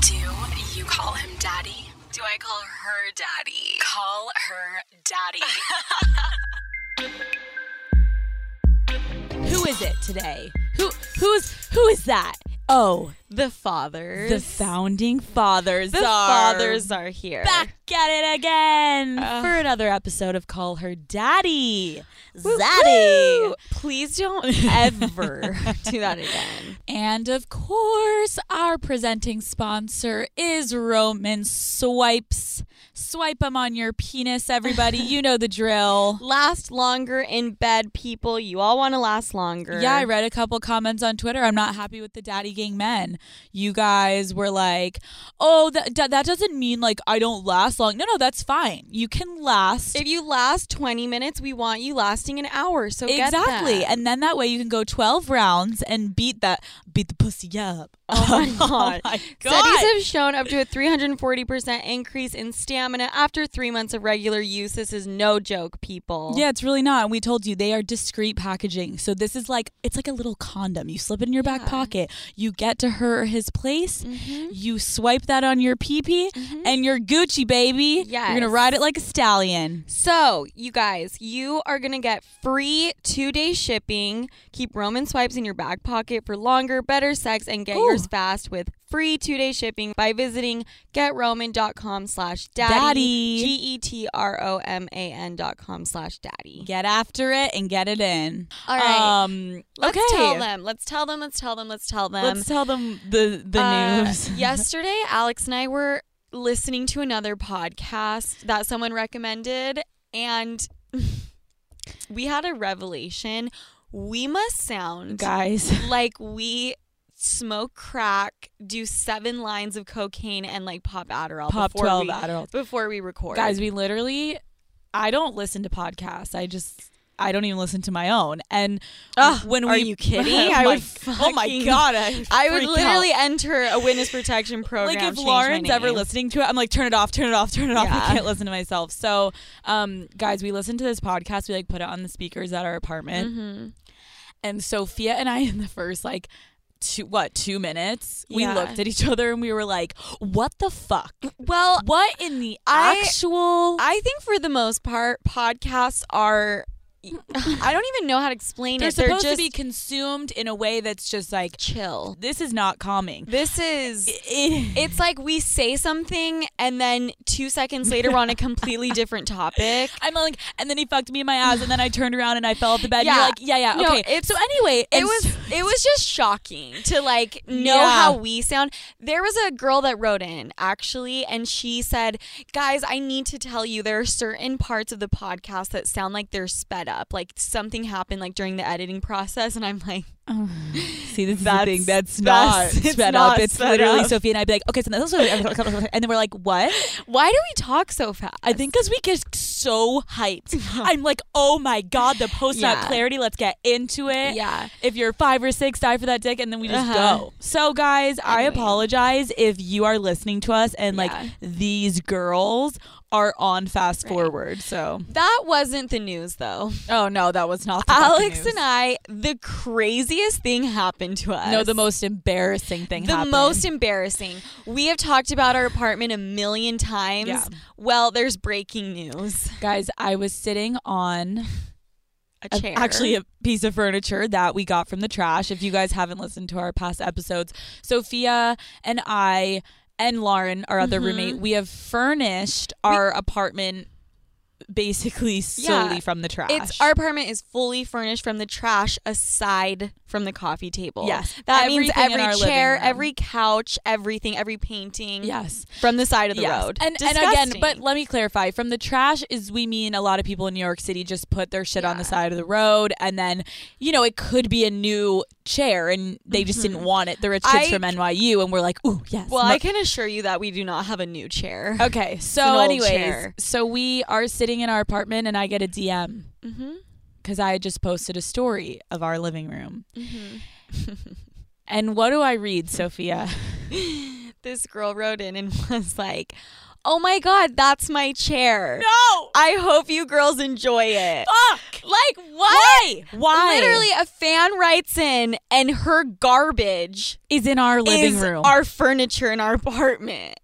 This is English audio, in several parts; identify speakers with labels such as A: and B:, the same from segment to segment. A: Do you call him daddy? Do I call her daddy? Call her daddy.
B: Who is it today? Who who's who is that? Oh,
C: The fathers.
B: the founding fathers.
C: The
B: are
C: fathers are here. Uh.
B: back at it again
C: Ugh.
B: for another episode of Call Her Daddy.
C: Woo,
B: Zaddy.
C: woo. Please don't ever do that again.
B: And of course, our presenting sponsor is Roman Swipes. Swipe them on your penis, everybody. You know the drill.
C: Last longer in bed, people. You all want to last longer.
B: Yeah, I read a couple comments on Twitter. I'm not happy with the daddy gang men. You guys were like, "Oh, that that that doesn't mean like I don't last long." No, no, that's fine. You can last
C: If you last 20 minutes, we want you lasting an hour. So get that.
B: exactly, and then that way you can go 12 rounds and beat that beat the pussy up.
C: Oh my God.
B: my
C: Studies
B: God.
C: have shown up to a 340% increase in stamina after three months of regular use. This is no joke, people.
B: Yeah, it's really not. And we told you they are discreet packaging. So this is like it's like a little condom. You slip it in your back
C: Yeah.
B: pocket. You get to her or his place.
C: Mhm.
B: You swipe that on your pee pee, and you're Gucci, baby. You're gonna
C: Mm-hmm. Yes.
B: ride it like a stallion.
C: So, you guys, you are going to get free two day shipping. Keep Roman swipes in your back pocket for longer, better sex, and get
B: Ooh.
C: yours fast with free two day shipping by visiting getroman.com slash
B: Daddy.
C: daddy. G E T R O M A N dot com slash daddy.
B: Get after it and get it in.
C: All right.
B: Um,
C: let's
B: okay.
C: tell them. Let's tell them. Let's tell them. Let's tell them.
B: Let's tell them the the
C: Uh,
B: news.
C: yesterday, Alex and I were listening to another podcast that someone recommended, and we had a revelation. We must sound
B: guys.
C: like we smoke crack, do seven lines of cocaine, and like pop Adderall
B: Pop
C: before
B: twelve
C: we
B: adults.
C: before we record.
B: Guys, we literally. I don't listen to podcasts. I just. I don't even listen to my own. And
C: Ugh,
B: when
C: are
B: we,
C: you kidding?
B: Oh
C: I
B: my-
C: would
B: Oh my
C: fucking-
B: god! I,
C: I would
B: freak out.
C: literally enter a witness protection program.
B: Like
C: change
B: if
C: my
B: Lauren's ever
C: name.
B: listening to it, I'm like, turn it off, turn it off, turn it off. I
C: Yeah.
B: can't listen to myself. So, um, guys, we listened to this podcast. We like put it on the speakers at our apartment,
C: Mhm.
B: and Sophia and I in the first like. Two, what two minutes? We
C: Yeah.
B: looked at each other and we were like, "What the fuck?
C: Well,
B: What in the
C: I-
B: actual?"
C: I think for the most part, podcasts are. I don't even know how to explain
B: they're
C: it.
B: supposed
C: they're just
B: to be consumed in a way that's just like,
C: chill.
B: "This is not calming."
C: This is.
B: It-
C: It's like we say something and then two seconds later we're on a completely different topic.
B: I'm like, and then he fucked me in my ass, and then I turned around and I fell off the bed. And
C: Yeah.
B: you're like, yeah, yeah,
C: No,
B: okay.
C: it's-
B: so anyway,
C: It
B: and
C: was
B: so-
C: it was just shocking to like know
B: Yeah.
C: how we sound. There was a girl that wrote in actually, and she said, "Guys, I need to tell you there are certain parts of the podcast that sound like they're sped up, like something happened like during the editing process." And I'm like,
B: See, this
C: That's-
B: is the thing that's,
C: that's-
B: not
C: it's
B: sped up.
C: not
B: It's
C: sped
B: literally
C: up.
B: Sophie and I'd be like, okay, so that's and then we're like, what?
C: "Why do we talk so fast?"
B: I think because we get so hyped. I'm like, oh my god, the post not
C: Yeah.
B: clarity. Let's get into it.
C: Yeah.
B: If you're five or six, die for that dick, and then we just
C: Uh-huh.
B: go. So, guys, I
C: Anyway.
B: apologize if you are listening to us and
C: Yeah.
B: like these girls are on fast forward. So,
C: That wasn't the news though.
B: oh no, that was not
C: Alex and I, the craziest thing happened to us.
B: No, the most embarrassing thing.
C: the most embarrassing. We have talked about our apartment a million times.
B: Yeah.
C: Well, there's breaking news.
B: guys. I was sitting on
C: A
B: a-
C: chair.
B: actually a piece of furniture that we got from the trash. If you guys haven't listened to our past episodes, Sophia and I and Lauren, our other
C: Mm-hmm.
B: roommate, we have furnished our apartment basically solely from the trash.
C: it's our apartment is fully furnished from the trash aside from the coffee table.
B: Yes.
C: That means
B: Everything in our
C: every
B: living
C: chair,
B: room.
C: every couch, everything, every painting
B: yes.
C: from the side of the
B: Yes.
C: road.
B: And and again,
C: Disgusting.
B: but let me clarify. From the trash is we mean a lot of people in New York City just put their shit on the
C: Yeah.
B: side of the road and then, you know, it could be a new chair and they just didn't want it. The rich kids
C: Mm-hmm. I-
B: from NYU and we're like, "Ooh, yes."
C: well,
B: mo-
C: I can assure you that we do not have a new chair.
B: Okay,
C: an
B: so
C: old
B: anyways,
C: chair.
B: so we are sitting in our apartment and I get a DM
C: Mm-hmm.
B: cuz I had just posted a story of our living room.
C: Mm-hmm.
B: And what do I read, Sophia?
C: this girl wrote in and was like, "Oh my god, that's my chair.
B: No!
C: I hope you girls enjoy it."
B: Fuck!
C: Like what?
B: Why? Why?
C: Literally, a fan writes in, and her garbage
B: is in our living
C: is
B: room.
C: our furniture in our apartment.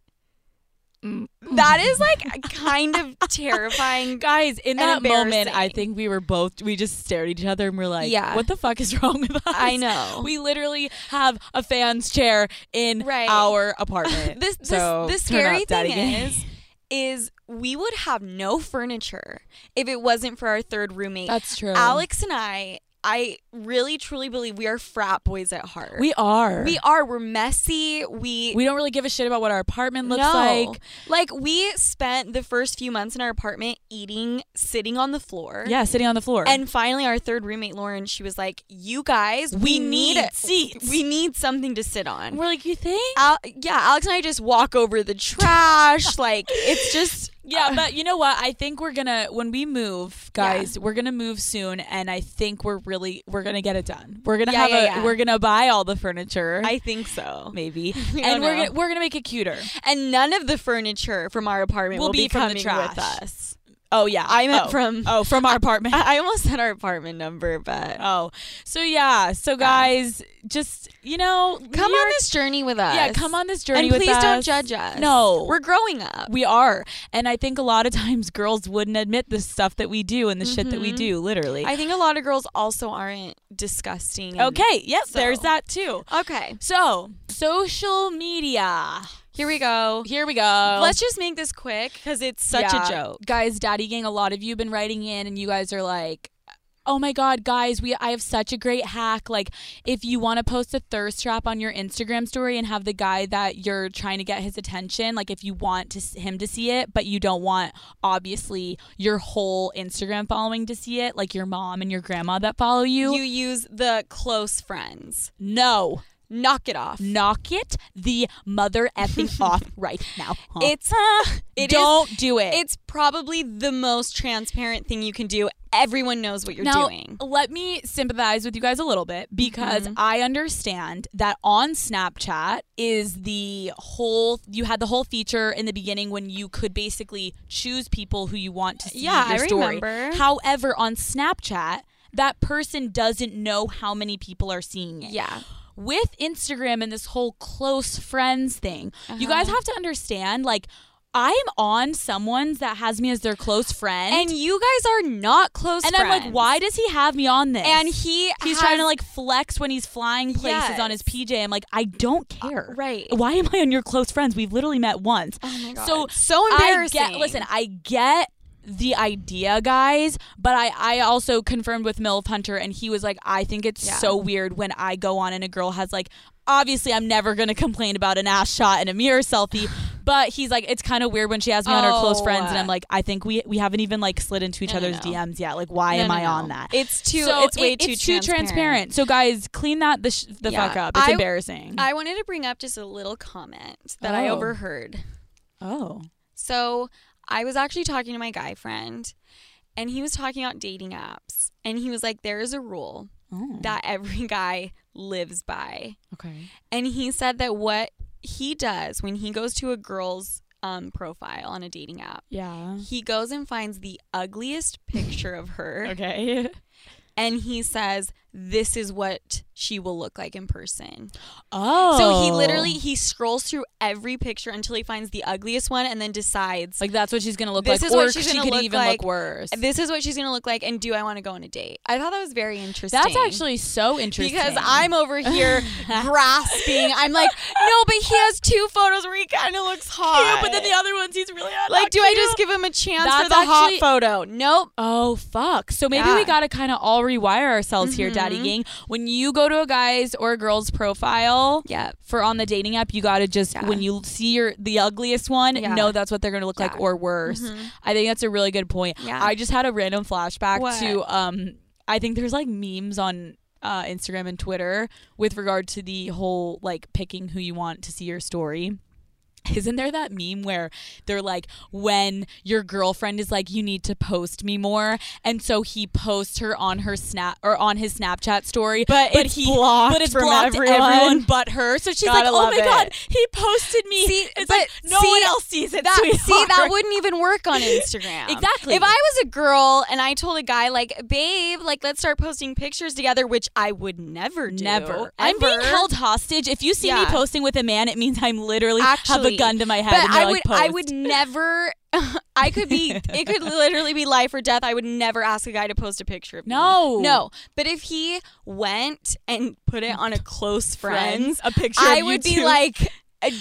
B: Mm.
C: That is like kind of terrifying.
B: Guys,
C: and
B: in that moment, I
C: embarrassing.
B: think we were both, we just stared at each other and we're like,
C: Yeah.
B: what the fuck is wrong with us?
C: I know.
B: We literally have a fan's chair in
C: Right.
B: our apartment.
C: this this,
B: So,
C: this
B: turn
C: scary
B: up, Daddy
C: thing
B: Gay.
C: is is we would have no furniture if it wasn't for our third roommate.
B: That's true.
C: Alex and I, I really truly believe we are frat boys at heart.
B: we are.
C: we are. We're messy. We
B: We don't really give a shit about what our apartment looks
C: no.
B: like.
C: like we spent the first few months in our apartment eating, sitting on the floor.
B: Yeah, sitting on the floor.
C: And finally, our third roommate Lauren, she was like, "You guys, we,
B: we need seats.
C: we need something to sit on."
B: And we're like, you think?
C: Al- yeah, Alex and I just walk over the trash. like it's just
B: Yeah, but you know what? I think we're gonna when we move, guys, we're gonna move soon, and I think we're really we're gonna get it done. We're gonna
C: Yeah,
B: have
C: yeah,
B: a
C: yeah.
B: we're gonna buy all the furniture,
C: I think so.
B: maybe,
C: We don't
B: and we're
C: know.
B: gonna, we're gonna make it cuter.
C: And none of the furniture from our apartment
B: Will
C: will,
B: be
C: be,
B: from the
C: coming
B: trash.
C: with us.
B: Oh yeah,
C: I meant
B: oh.
C: from-
B: oh from our apartment.
C: I I almost said our apartment number, but
B: oh, so yeah, so guys, just you know,
C: come
B: we
C: on
B: are-
C: this journey with us.
B: yeah, come on this journey
C: and
B: with
C: please don't
B: us.
C: judge us.
B: No,
C: we're growing up.
B: we are, and I think a lot of times girls wouldn't admit the stuff that we do and the shit that we
C: Mhm.
B: do, literally.
C: I think a lot of girls also aren't disgusting. and-
B: okay, yes,
C: So-
B: there's that too.
C: Okay.
B: So, social media.
C: Here we go.
B: Here we go.
C: Let's just make this quick because it's such
B: Yeah.
C: a joke.
B: Guys, Daddy Gang, a lot of you have been writing in and you guys are like, Oh my god, guys, we I have such a great hack. Like if you want to post a thirst trap on your Instagram story and have the guy that you're trying to get his attention, like if you want to s- him to see it, but you don't want obviously your whole Instagram following to see it, like your mom and your grandma that follow you.
C: You use the close friends.
B: no.
C: Knock it off.
B: Knock it the mother effing off right now. huh?
C: It's uh,
B: don't do it.
C: It's probably the most transparent thing you can do. Everyone knows what you're
B: now,
C: doing. Mm-hmm.
B: let me sympathize with you guys a little bit because I understand that on Snapchat is the whole you had the whole feature in the beginning when you could basically choose people who you want to see
C: Yeah,
B: your
C: I
B: story.
C: remember.
B: However, on Snapchat, that person doesn't know how many people are seeing it.
C: Yeah.
B: with Instagram and this whole close friends thing, you guys
C: Uh-huh.
B: have to understand like I'm on someone's that has me as their close friend.
C: And you guys are not close
B: and I'm like,
C: friends.
B: why does he have me on this?
C: And he has-
B: he's trying to like flex when he's flying places on his
C: Yes.
B: PJ. I'm like, I don't care.
C: right.
B: Why am I on your close friends? We've literally met once.
C: Oh my God.
B: So
C: So
B: I get,
C: embarrassing.
B: listen, I get the idea, guys, but I I also confirmed with Milf Hunter, and he was like, I think it's
C: Yeah.
B: so weird when I go on and a girl has like, obviously, I'm never gonna complain about an ass shot and a mirror selfie. But he's like, it's kind of weird when she has me on her close
C: Oh.
B: friends, and I'm like, I think we we haven't even like slid into each
C: No, no,
B: other's
C: no.
B: DMs yet. Like, why
C: No,
B: am
C: no,
B: I
C: no.
B: on that?
C: It's too.
B: So
C: it's way
B: it-
C: too.
B: it's
C: transparent.
B: too transparent. So guys, clean that the, sh- the
C: Yeah.
B: fuck up. It's
C: I-
B: embarrassing.
C: I wanted to bring up just a little comment that I
B: Oh.
C: overheard.
B: oh,
C: So I was actually talking to my guy friend, and he was talking about dating apps, and he was like, "There is a rule
B: oh,
C: that every guy lives by."
B: okay.
C: and he said that what he does when he goes to a girl's um, profile on a dating app
B: Yeah.
C: he goes and finds the ugliest picture of her
B: Okay.
C: and he says this is what she will look like in person
B: Oh.
C: so he literally he scrolls through every picture until he finds the ugliest one and then decides
B: like that's what she's gonna look
C: This
B: like,
C: is
B: or
C: what she's
B: she
C: gonna
B: could
C: look
B: even
C: like.
B: look worse.
C: this is what she's gonna look like and do i want to go on a date i thought that was very interesting
B: That's actually so interesting.
C: because I'm over here grasping. I'm like, no, but he has two photos where he kind of looks hot.
B: but then the other ones he's really hot.
C: Like, do I just give him a chance
B: That's
C: for the
B: actually-
C: hot photo? Nope.
B: Oh fuck! So maybe
C: Yeah. Mm-hmm.
B: we gotta kind of all rewire ourselves here, Daddy Gang. When you go to a guy's or a girl's profile,
C: Yep.
B: for on the dating app, you gotta just
C: Yeah.
B: when you see your the ugliest one,
C: Yeah.
B: know that's what they're gonna look like
C: Yeah. Mm-hmm.
B: or worse. I think that's a really good point.
C: Yeah.
B: I just had a random flashback
C: What?
B: to um, I think there's like memes on. Uh, Instagram and Twitter with regard to the whole like picking who you want to see your story. Isn't there that meme where they're like, when your girlfriend is like, you need to post me more, and so he posts her on her snap or on his Snapchat story,
C: But it's
B: he
C: blocked
B: but it's
C: from
B: blocked
C: everyone.
B: everyone but her. So she's
C: Gotta
B: like, oh
C: love
B: my god,
C: it.
B: he posted me.
C: See,
B: it's
C: but
B: like no
C: see,
B: one else sees it.
C: That, see, that
B: sweetheart.
C: wouldn't even work on Instagram.
B: Exactly.
C: If I was a girl and I told a guy, like, babe, like, let's start posting pictures together, which I would never do.
B: Never. I'm being
C: ever.
B: held hostage. If you see me
C: Yeah.
B: posting with a man, it means I'm literally have
C: Actually,
B: a gun to my head.
C: But
B: and you're
C: I
B: like,
C: would,
B: post.
C: I would never. I could be. It could literally be life or death. I would never ask a guy to post a picture of me.
B: No.
C: no. But if he went and put it on a close friends,
B: friends a picture.
C: I
B: of
C: would
B: you Mm.
C: be
B: two.
C: like,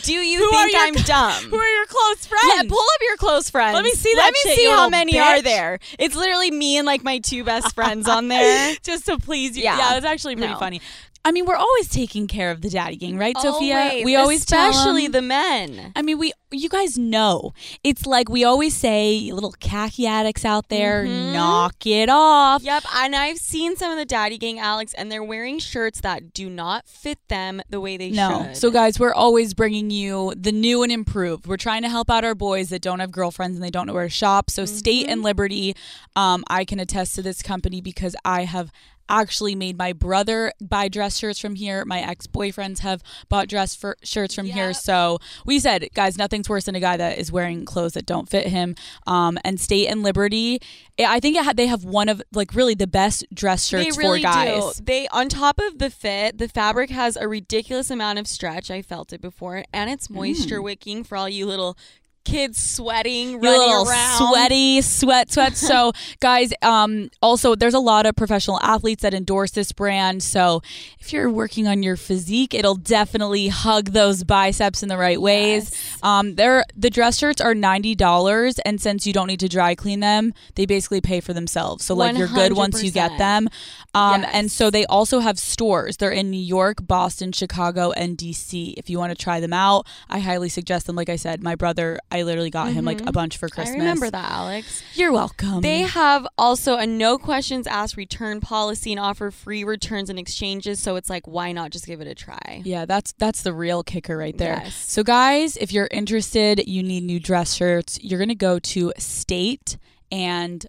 C: "Do you
B: Who are
C: think
B: your
C: I'm
B: cl-
C: dumb?"
B: who are your close friends?
C: Yeah, pull up your close friends.
B: Let me see
C: Let
B: that
C: me
B: shit,
C: see
B: you
C: how
B: little
C: many are
B: bitch.
C: there. It's literally me and like my two best friends on there.
B: just to please you.
C: Yeah.
B: Yeah, that's actually pretty
C: No.
B: funny. I mean, we're always taking care of the daddy gang, right, Sophia?
C: Always,
B: We always tell
C: Oh, especially
B: 'em-
C: the men.
B: I mean, we you guys know it's like we always say, you little khaki addicts out there,
C: Mhm.
B: knock it off.
C: Yep, and I've seen some of the daddy gang Alex, and they're wearing shirts that do not fit them the way they
B: No.
C: should.
B: So, guys, we're always bringing you the new and improved. We're trying to help out our boys that don't have girlfriends and they don't know where to shop. So, State
C: Mm-hmm.
B: and Liberty, um, I can attest to this company because I have actually made my brother buy dress shirts from here. My ex boyfriends have bought dress for shirts from here.
C: Yep.
B: So, we said, guys, nothing's worse than a guy that is wearing clothes that don't fit him. Um, and State and Liberty, I I think it ha- they have one of, like, really the best dress
C: they
B: shirts
C: really
B: for guys.
C: do. They on top of the fit, the fabric has a ridiculous amount of stretch. I felt it before, and it's moisture wicking for all you little kids sweating,
B: you
C: running
B: little
C: around.
B: sweaty sweat sweat so guys um also there's a lot of professional athletes that endorse this brand so if you're working on your physique it'll definitely hug those biceps in the right ways um they're the dress shirts are $90 and since you don't need to dry clean them they basically pay for themselves so like you're good once you get
C: 100%.
B: them um and
C: Yes.
B: so they also have stores they're in new york boston chicago and dc if you want to try them out i highly suggest them like i said my brother i literally got him like a bunch for christmas
C: I remember that, Alex.
B: you're welcome.
C: They have also a no questions asked return policy and offer free returns and exchanges. So it's like, why not just give it a try?
B: yeah, that's that's the real kicker right there.
C: Yes.
B: So guys, if you're interested, you need new dress shirts, you're going to go to state and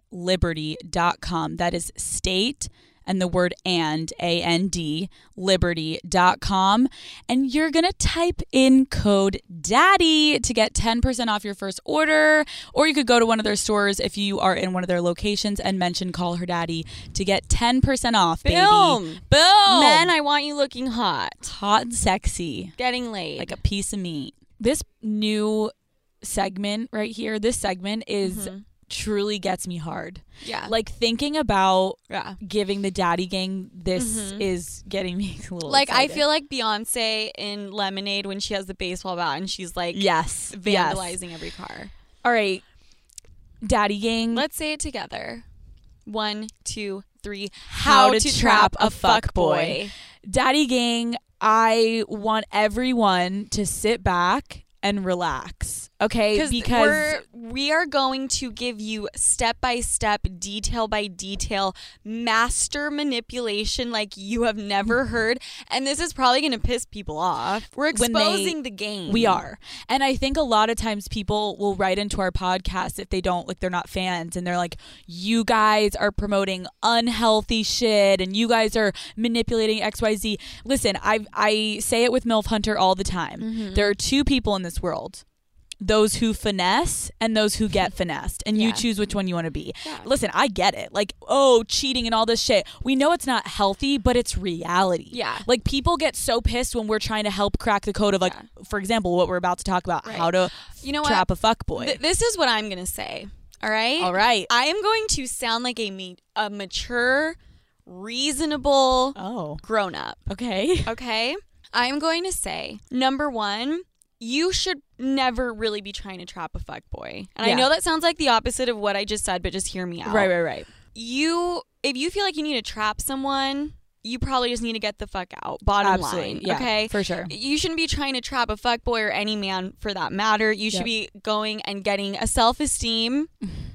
B: liberty.com. That is state and the word and a n d liberty.com and you're going to type in code daddy to get 10% off your first order or you could go to one of their stores if you are in one of their locations and mention call her daddy to get 10% off baby
C: Boom.
B: boom
C: Men, I want you looking hot,
B: hot and sexy,
C: getting laid.
B: like a piece of meat. This new segment right here, this segment is
C: Mm-hmm.
B: truly gets me hard.
C: yeah.
B: Like thinking about
C: yeah.
B: giving the daddy gang this is getting me a little
C: Mm-hmm. Like I
B: excited.
C: feel like Beyonce in Lemonade when she has the baseball bat and she's like
B: yes, yes.
C: vandalizing every car.
B: All right. Daddy gang,
C: Let's say it together. One, two, three.
B: How to Trap a Fuck Boy. daddy gang, I want everyone to sit back and relax. Okay? Because
C: we're, we are going to give you step by step, detail by detail, master manipulation like you have never heard, and this is probably going to piss people off. Mm-hmm. We're
B: When they-
C: exposing the game.
B: We are. And I think a lot of times people will write into our podcast if they don't like they're not fans and they're like, you guys are promoting unhealthy shit and you guys are manipulating XYZ. Listen, I I say it with MILF Hunter all the time.
C: Mm-hmm.
B: There are two people in this world. Those who finesse and those who get finessed, and
C: Yeah.
B: you choose which one you want to be.
C: Yeah.
B: Listen, I get it. Like, oh, cheating and all this shit. We know it's not healthy, but it's reality.
C: Yeah.
B: Like people get so pissed when we're trying to help crack the code of like, for example, what we're about to talk about,
C: Right.
B: how to
C: You know what?
B: trap a fuck boy.
C: Th- this is what I'm going to say. All right.
B: All right.
C: I am going to sound like a, ma- a mature, reasonable
B: oh,
C: grown up.
B: okay.
C: Okay. I'm going to say number one, you should never really be trying to trap a fuck boy. And I
B: Yeah.
C: know that sounds like the opposite of what I just said, but just hear me out.
B: Right, right, right.
C: You, if you feel like you need to trap someone, you probably just need to get the fuck out. Bottom
B: Absolutely.
C: line.
B: Yeah,
C: okay.
B: for sure.
C: You shouldn't be trying to trap a fuck boy or any man for that matter. You should
B: Yep.
C: be going and getting a self esteem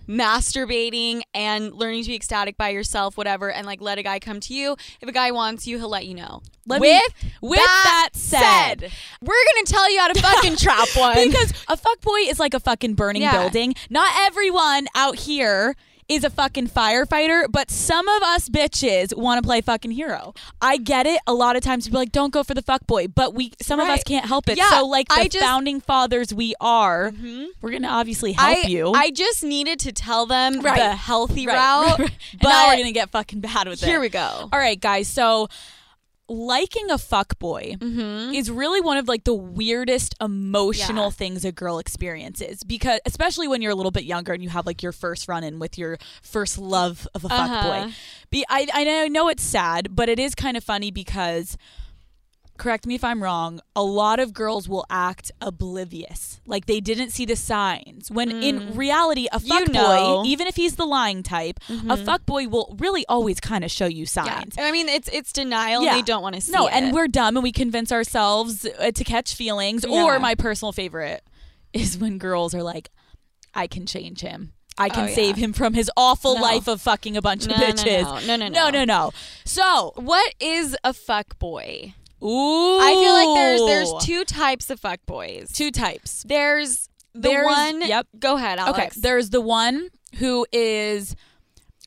C: masturbating and learning to be ecstatic by yourself, whatever, and like let a guy come to you. If a guy wants you, he'll let you know.
B: Let me-
C: with
B: with that said-
C: we're gonna tell you how to fucking trap one.
B: because a fuck boy is like a fucking burning
C: Yeah.
B: building. Not everyone out here is a fucking firefighter, but some of us bitches want to play fucking hero. I get it. A lot of times people are like, don't go for the fuck boy, but we some of us
C: Right.
B: can't help it.
C: Yeah,
B: so like the
C: I just- Mm-hmm.
B: founding fathers we are, we're gonna obviously help
C: I,
B: you.
C: I just needed to tell them
B: Right.
C: the healthy
B: Right,
C: route.
B: right, right. And
C: But
B: now we're gonna get fucking bad with it.
C: here we go.
B: All right, guys. So liking a fuck boy is really one of like the weirdest emotional
C: Mm-hmm. Yeah.
B: things a girl experiences because especially when you're a little bit younger and you have like your first run in with your first love of a fuck
C: Uh-huh.
B: boy. Be I I know it's sad, but it is kind of funny because correct me if I'm wrong, a lot of girls will act oblivious. Like they didn't see the signs. When in reality, a
C: Mm. You
B: fuckboy,
C: know.
B: even if he's the lying type, a fuckboy will really always kind of show you
C: Mm-hmm. Yeah.
B: signs.
C: I mean, it's it's denial. They don't want to see
B: No,
C: it.
B: and we're dumb and we convince ourselves uh, to catch feelings.
C: Yeah.
B: Or my personal favorite is when girls are like, I can change him. I can
C: Oh, yeah.
B: save him from his awful
C: No.
B: life of fucking a bunch
C: No,
B: of
C: no,
B: bitches.
C: no. No, no, no.
B: No, no, no. So,
C: what is a fuck boy?
B: ooh.
C: I feel like there's there's two types of fuck boys.
B: two types.
C: There's the
B: There's-
C: one.
B: yep.
C: Go ahead, Alex.
B: Okay, there's the one who is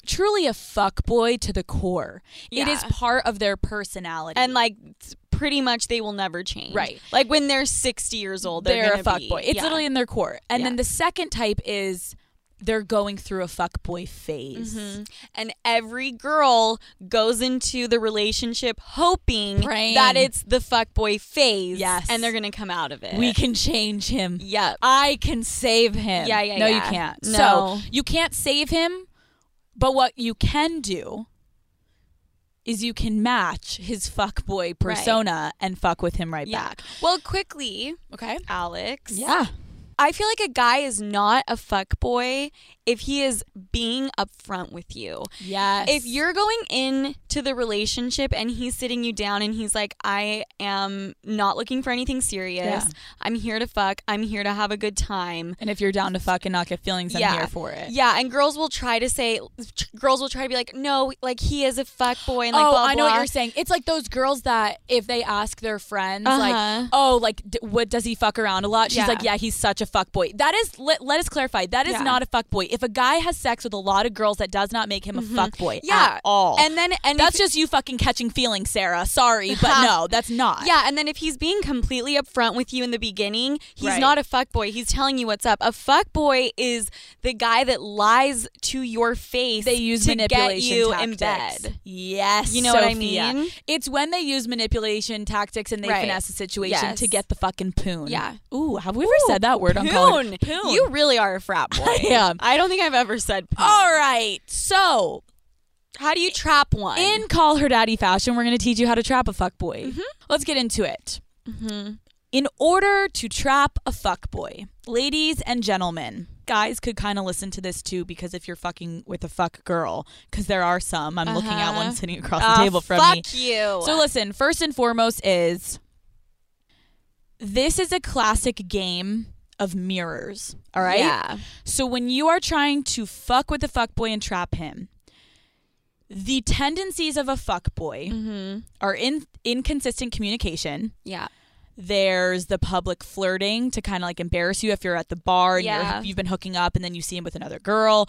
B: truly a fuckboy to the core. It is
C: Yeah.
B: part of their personality.
C: and like it's pretty much they will never change.
B: Right.
C: Like when they're 60 years old, they're,
B: they're, a
C: gonna be-
B: fuckboy. It's
C: yeah.
B: literally in their core. And
C: Yeah.
B: then the second type is they're going through a fuckboy phase.
C: Mm-hmm. and every girl goes into the relationship hoping
B: Praying.
C: that it's the fuckboy phase.
B: Yes.
C: And they're gonna come out of it.
B: We can change him.
C: Yep.
B: I can save him.
C: Yeah, yeah,
B: No, you
C: yeah.
B: can't.
C: No.
B: So you can't save him, but what you can do is you can match his fuckboy persona and fuck with him right
C: yeah.
B: back.
C: Well, quickly,
B: Okay.
C: Alex.
B: Yeah.
C: I feel like a guy is not a fuckboy if he is being upfront with you.
B: Yes.
C: If you're going into the relationship and he's sitting you down and he's like, I am not looking for anything serious.
B: Yeah.
C: I'm here to fuck. I'm here to have a good time.
B: And if you're down to fuck and not get feelings, I'm here for it.
C: Yeah, and girls will try to say, girls will try to be like, no, like he is a fuck boy, and like,
B: oh,
C: blah,
B: I know what
C: blah.
B: you're saying. It's like those girls that if they ask their friends,
C: Uh-huh.
B: like, "Oh, like, d- what does he fuck around a lot?" She's
C: Yeah.
B: like, "Yeah, he's such a fuck boy." That is let, let us clarify. That is
C: Yeah.
B: not a fuck boy. If a guy has sex with a lot of girls, that does not make him a fuck boy.
C: Mm-hmm. Yeah,
B: at all.
C: And then and
B: that's
C: if-
B: just you fucking catching feelings, Sarah. Sorry, but no, that's not.
C: Yeah, and then if he's being completely upfront with you in the beginning, he's
B: Right.
C: not a fuckboy. He's telling you what's up. A fuckboy is the guy that lies to your face.
B: They use
C: to
B: manipulation
C: get you
B: tactics.
C: in bed.
B: Yes,
C: You know what I
B: Sophia.
C: mean?
B: It's when they use manipulation tactics and they
C: Right.
B: finesse the situation
C: Yes.
B: to get the fucking poon.
C: Yeah.
B: Ooh, have we ever said that word on Call
C: Poon.
B: It- Poon.
C: You really are a frat boy.
B: I am.
C: I don't think I've ever said poon.
B: All right. So,
C: How do you trap one?
B: in Call Her Daddy fashion, we're going to teach you how to trap a fuckboy.
C: Mm-hmm.
B: Let's get into it. In order to trap a fuckboy, ladies and gentlemen, guys could kind of listen to this too because if you're fucking with a fuck girl, because there are some, I'm looking at one sitting across
C: Ah,
B: the table from
C: fuck
B: me.
C: you.
B: So listen, first and foremost is this is a classic game of mirrors. All right.
C: Yeah.
B: So when you are trying to fuck with the fuckboy and trap him, the tendencies of a
C: Mm-hmm.
B: fuckboy are in inconsistent communication.
C: Yeah.
B: There's the public flirting to kind of like embarrass you if you're at the bar and
C: Yeah. Mm-hmm.
B: you're, you've been hooking up and then you see him with another girl.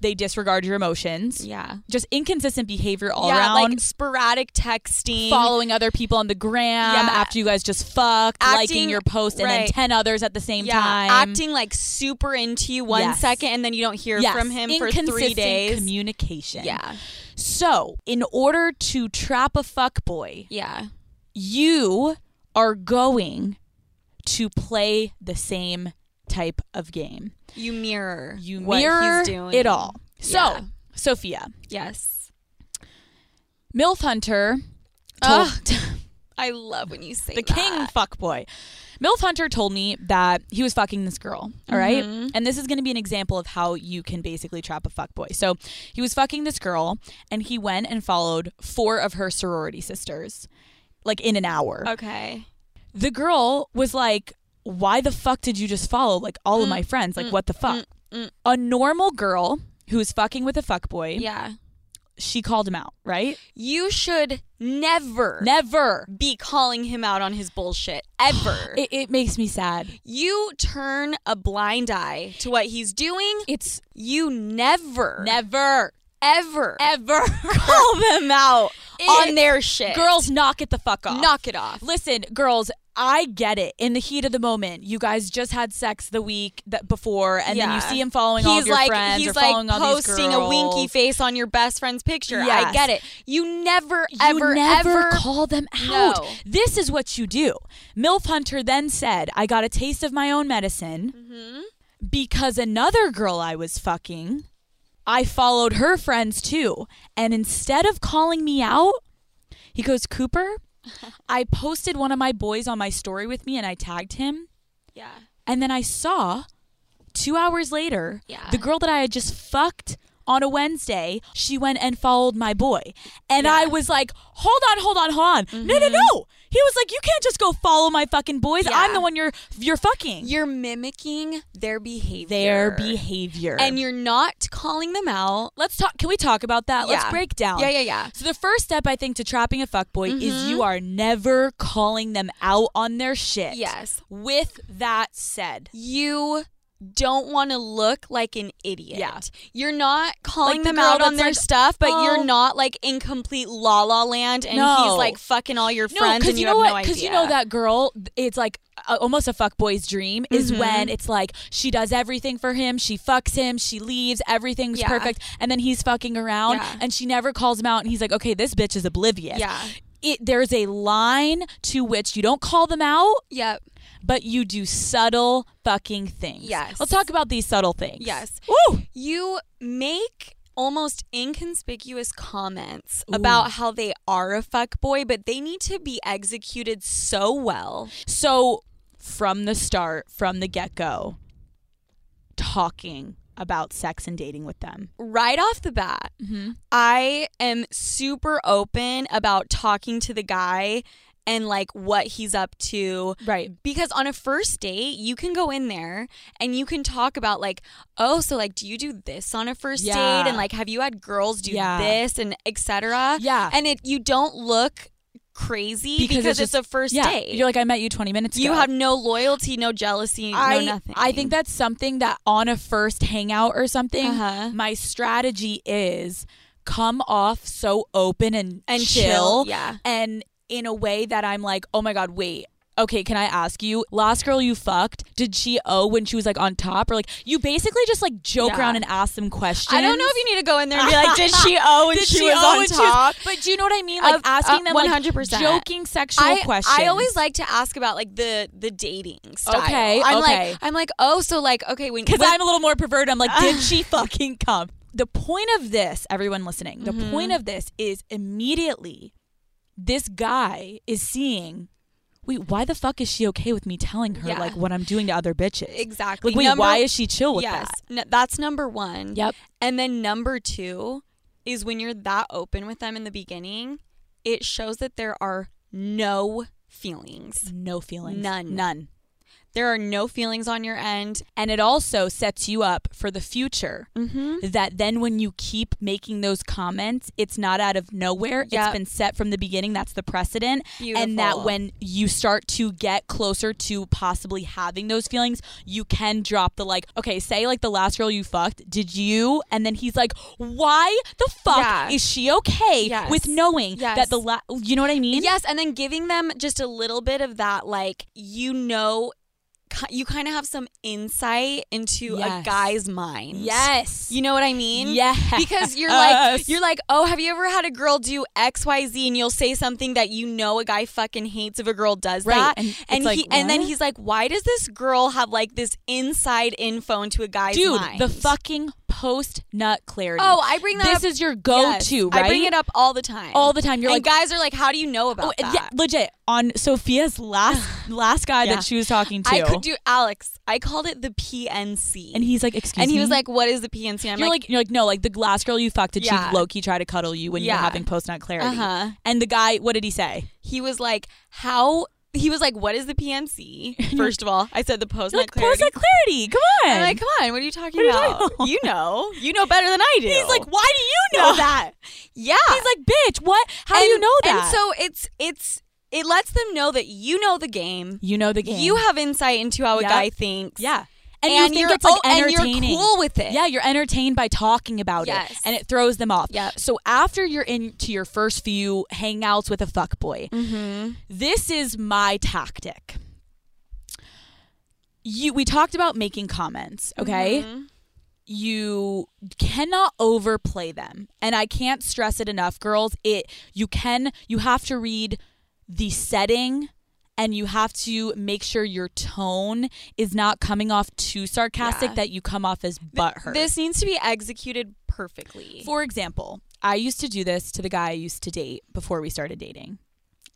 B: They disregard your emotions.
C: Yeah.
B: Just inconsistent behavior all
C: yeah,
B: around
C: like sporadic texting.
B: following other people on the gram
C: Yeah.
B: after you guys just fucked,
C: Acting-
B: liking your post, and then
C: right.
B: 10 others at the same
C: yeah,
B: time.
C: acting like super into you one second,
B: Yes.
C: and then you don't hear
B: Yes.
C: from him for three
B: Inconsistent
C: days.
B: Communication.
C: yeah,
B: So, in order to trap a fuckboy,
C: yeah,
B: you are going to play the same type of game.
C: you mirror,
B: You
C: what
B: mirror
C: he's doing.
B: it all. So,
C: Yeah.
B: Sophia,
C: Yes,
B: MILF Hunter told,
C: Ugh, I love when you say
B: the king
C: that.
B: fuckboy. MILF Hunter told me that he was fucking this girl, all right?
C: Mm-hmm.
B: And this is going to be an example of how you can basically trap a fuckboy. So he was fucking this girl and he went and followed four of her sorority sisters, like in an hour.
C: Okay,
B: The girl was like, Why the fuck did you just follow like all of my friends? Like, what the fuck?
C: Mm.
B: a normal girl who is fucking with a fuckboy,
C: Yeah.
B: she called him out, right?
C: You should never
B: Never.
C: be calling him out on his bullshit ever.
B: It, it makes me sad.
C: you turn a blind eye to what he's doing.
B: It's
C: You never,
B: never,
C: ever,
B: ever.
C: call them out
B: It-
C: on their shit.
B: Girls, knock it the fuck off.
C: knock it off.
B: Listen, girls, I get it. In the heat of the moment, you guys just had sex the week that before, and then you
C: Yeah.
B: see him following all of
C: He's
B: your
C: like
B: friends
C: he's
B: or following
C: like
B: all these
C: posting a winky
B: girls.
C: face on your best friend's picture. I
B: Yes.
C: get it. You never,
B: You
C: ever,
B: never
C: ever
B: call them out.
C: No.
B: This is what you do. MILF Hunter then said, I got a taste of my own medicine
C: Mm-hmm.
B: because another girl I was fucking, I followed her friends too. And instead of calling me out, he goes, Cooper, I posted one of my boys on my story with me and I tagged him.
C: Yeah.
B: And then I saw two hours later,
C: Yeah.
B: the girl that I had just fucked on a Wednesday, she went and followed my boy. And
C: Yeah. Mm-hmm.
B: I was like, hold on, hold on, hold on. No, no, no. He was like, you can't just go follow my fucking boys. I'm
C: Yeah.
B: the one you're you're fucking.
C: You're mimicking their behavior.
B: Their behavior.
C: And you're not calling them out. Uh,
B: let's talk can we talk about that? Let's
C: Yeah.
B: break down.
C: Yeah, Mm-hmm. yeah, yeah.
B: So the first step I think to trapping a fuckboy is you are never calling them out on their shit.
C: Yes.
B: With that said,
C: You don't want to look like an idiot.
B: Yeah.
C: You're not calling
B: Like the
C: them
B: girl
C: out on
B: that's
C: their
B: like,
C: stuff, but
B: "Oh."
C: you're not like in complete la la land and
B: No.
C: he's like fucking all your friends
B: because
C: and
B: you
C: you,
B: know
C: have
B: what?
C: no
B: Because
C: idea.
B: you know that girl, it's like uh, almost a fuckboy's dream is
C: Mm-hmm.
B: when it's like she does everything for him, she fucks him, she leaves, everything's
C: Yeah.
B: perfect, and then he's fucking around,
C: Yeah.
B: and she never calls him out, and he's like, okay, this bitch is oblivious.
C: Yeah.
B: It, there's a line to which you don't call them out,
C: Yep.
B: but you do subtle fucking things.
C: Yes.
B: Let's talk about these subtle things.
C: Yes.
B: Woo!
C: You make almost inconspicuous comments about how they are a fuck boy, but they need to be executed so well.
B: So, from the start, from the get go, talking about sex and dating with them.
C: Right off the bat,
B: Mm-hmm.
C: I am super open about talking to the guy and like what he's up to.
B: Right.
C: Because on a first date, you can go in there and you can talk about like, oh, so like, do you do this on a first
B: Yeah.
C: date? And like, have you had girls do
B: Yeah.
C: this and etc.
B: Yeah.
C: and it you don't look crazy
B: Because
C: because,
B: it's
C: it's,
B: just-
C: a first
B: yeah.
C: date.
B: You're like, I met you 20 minutes ago.
C: you have no loyalty, no jealousy,
B: I,
C: no nothing.
B: I think that's something that on a first hangout or something,
C: Uh-huh.
B: my strategy is come off so open and,
C: and chill,
B: chill.
C: yeah,
B: And in a way that I'm like, oh my God, wait. Okay, can I ask you, last girl you fucked, did she owe when she was like on top? Or like, you basically just like joke
C: Yeah.
B: around and ask them questions.
C: I don't know if you need to go in there and be like, did she owe when
B: Did
C: she,
B: she
C: was
B: owe
C: on
B: when she was-
C: top?
B: But do you know what I mean? Like
C: Of- uh,
B: asking them like
C: 100%.
B: joking sexual
C: I,
B: questions.
C: I always like to ask about like the the dating style.
B: Okay,
C: I'm
B: okay.
C: like I'm like oh so like Ah. okay when
B: because
C: when-
B: I'm a little more perverted. I'm like, did she fucking come? The point of this, everyone listening, the
C: Mm-hmm.
B: point of this is immediately this guy is seeing, wait, why the fuck is she okay with me telling her
C: Yeah.
B: like what I'm doing to other bitches?
C: exactly
B: Like, wait,
C: Number-
B: why is she chill with
C: yes
B: that?
C: No, that's number one.
B: Yep.
C: And then number two is when you're that open with them in the beginning, it shows that there are no feelings.
B: No feelings.
C: None.
B: None.
C: There are no feelings on your end.
B: And it also sets you up for the future
C: Mm-hmm.
B: that then when you keep making those comments, it's not out of nowhere. It's
C: Yep.
B: been set from the beginning. That's the precedent. And that
C: Beautiful.
B: when you start to get closer to possibly having those feelings, you can drop the like, okay, say like the last girl you fucked, did you? And then he's like, why the fuck
C: Yeah.
B: is she okay
C: Yes.
B: with knowing
C: Yes.
B: that the la- you know what I mean?
C: Yes, and then giving them just a little bit of that, like you know, ki- you kind of have some insight into
B: Yes.
C: a guy's mind.
B: Yes.
C: you know what I mean.
B: Yes.
C: because you're like you're like, oh, have you ever had a girl do X Y Z, and you'll say something that you know a guy fucking hates if a girl does
B: Right,
C: that,
B: and it's
C: he
B: like,
C: and then
B: what?
C: he's like, why does this girl have like this inside info into a guy's
B: dude,
C: mind?
B: the fucking post nut clarity.
C: Oh, I bring that
B: this
C: up.
B: is your go-to,
C: Yes,
B: right?
C: I bring it up all the time.
B: all the time. You're
C: and
B: like,
C: guys are like, how do you know about
B: Oh,
C: that?
B: yeah, legit. On Sophia's last last guy
C: Yeah.
B: that she was talking to,
C: I could do Alex. I called it the PNC.
B: and he's like, "Excuse
C: and he was
B: me?"
C: like, "What is the PNC?" I'm
B: "You're like, you're like, no, like the last girl you fucked, did
C: Yeah.
B: she low key try to cuddle you when you
C: Yeah.
B: were having post nut clarity?"
C: Uh-huh.
B: And the guy, what did he say?
C: he was like, "How he was like, "What is the PNC?" First of all, I said the post
B: You're
C: night
B: like, post
C: clarity.
B: that clarity. Come on.
C: I'm like, come on, what are you talking
B: What are you
C: about?
B: talking about?
C: You know, you know better than I do.
B: He's like, why do you know
C: No.
B: that?
C: yeah.
B: He's like, bitch, what? How do you
C: And-
B: know that?
C: And so it's it's it lets them know that you know the game.
B: you know the game.
C: You have insight into how a
B: Yep.
C: guy thinks.
B: yeah,
C: And,
B: you think
C: you're
B: it's like
C: oh,
B: entertaining.
C: and you're cool with it.
B: Yeah, you're entertained by talking about it,
C: Yes.
B: and it throws them off.
C: Yep.
B: So after you're into your first few hangouts with a fuckboy,
C: Mm-hmm.
B: Mm-hmm. this is my tactic. You, we talked about making comments, okay?
C: Mm-hmm.
B: You cannot overplay them, and I can't stress it enough, girls. It you can you have to read the setting and you have to make sure your tone is not coming off too sarcastic
C: Yeah.
B: that you come off as butthurt.
C: This needs to be executed perfectly.
B: for example, I used to do this to the guy I used to date before we started dating,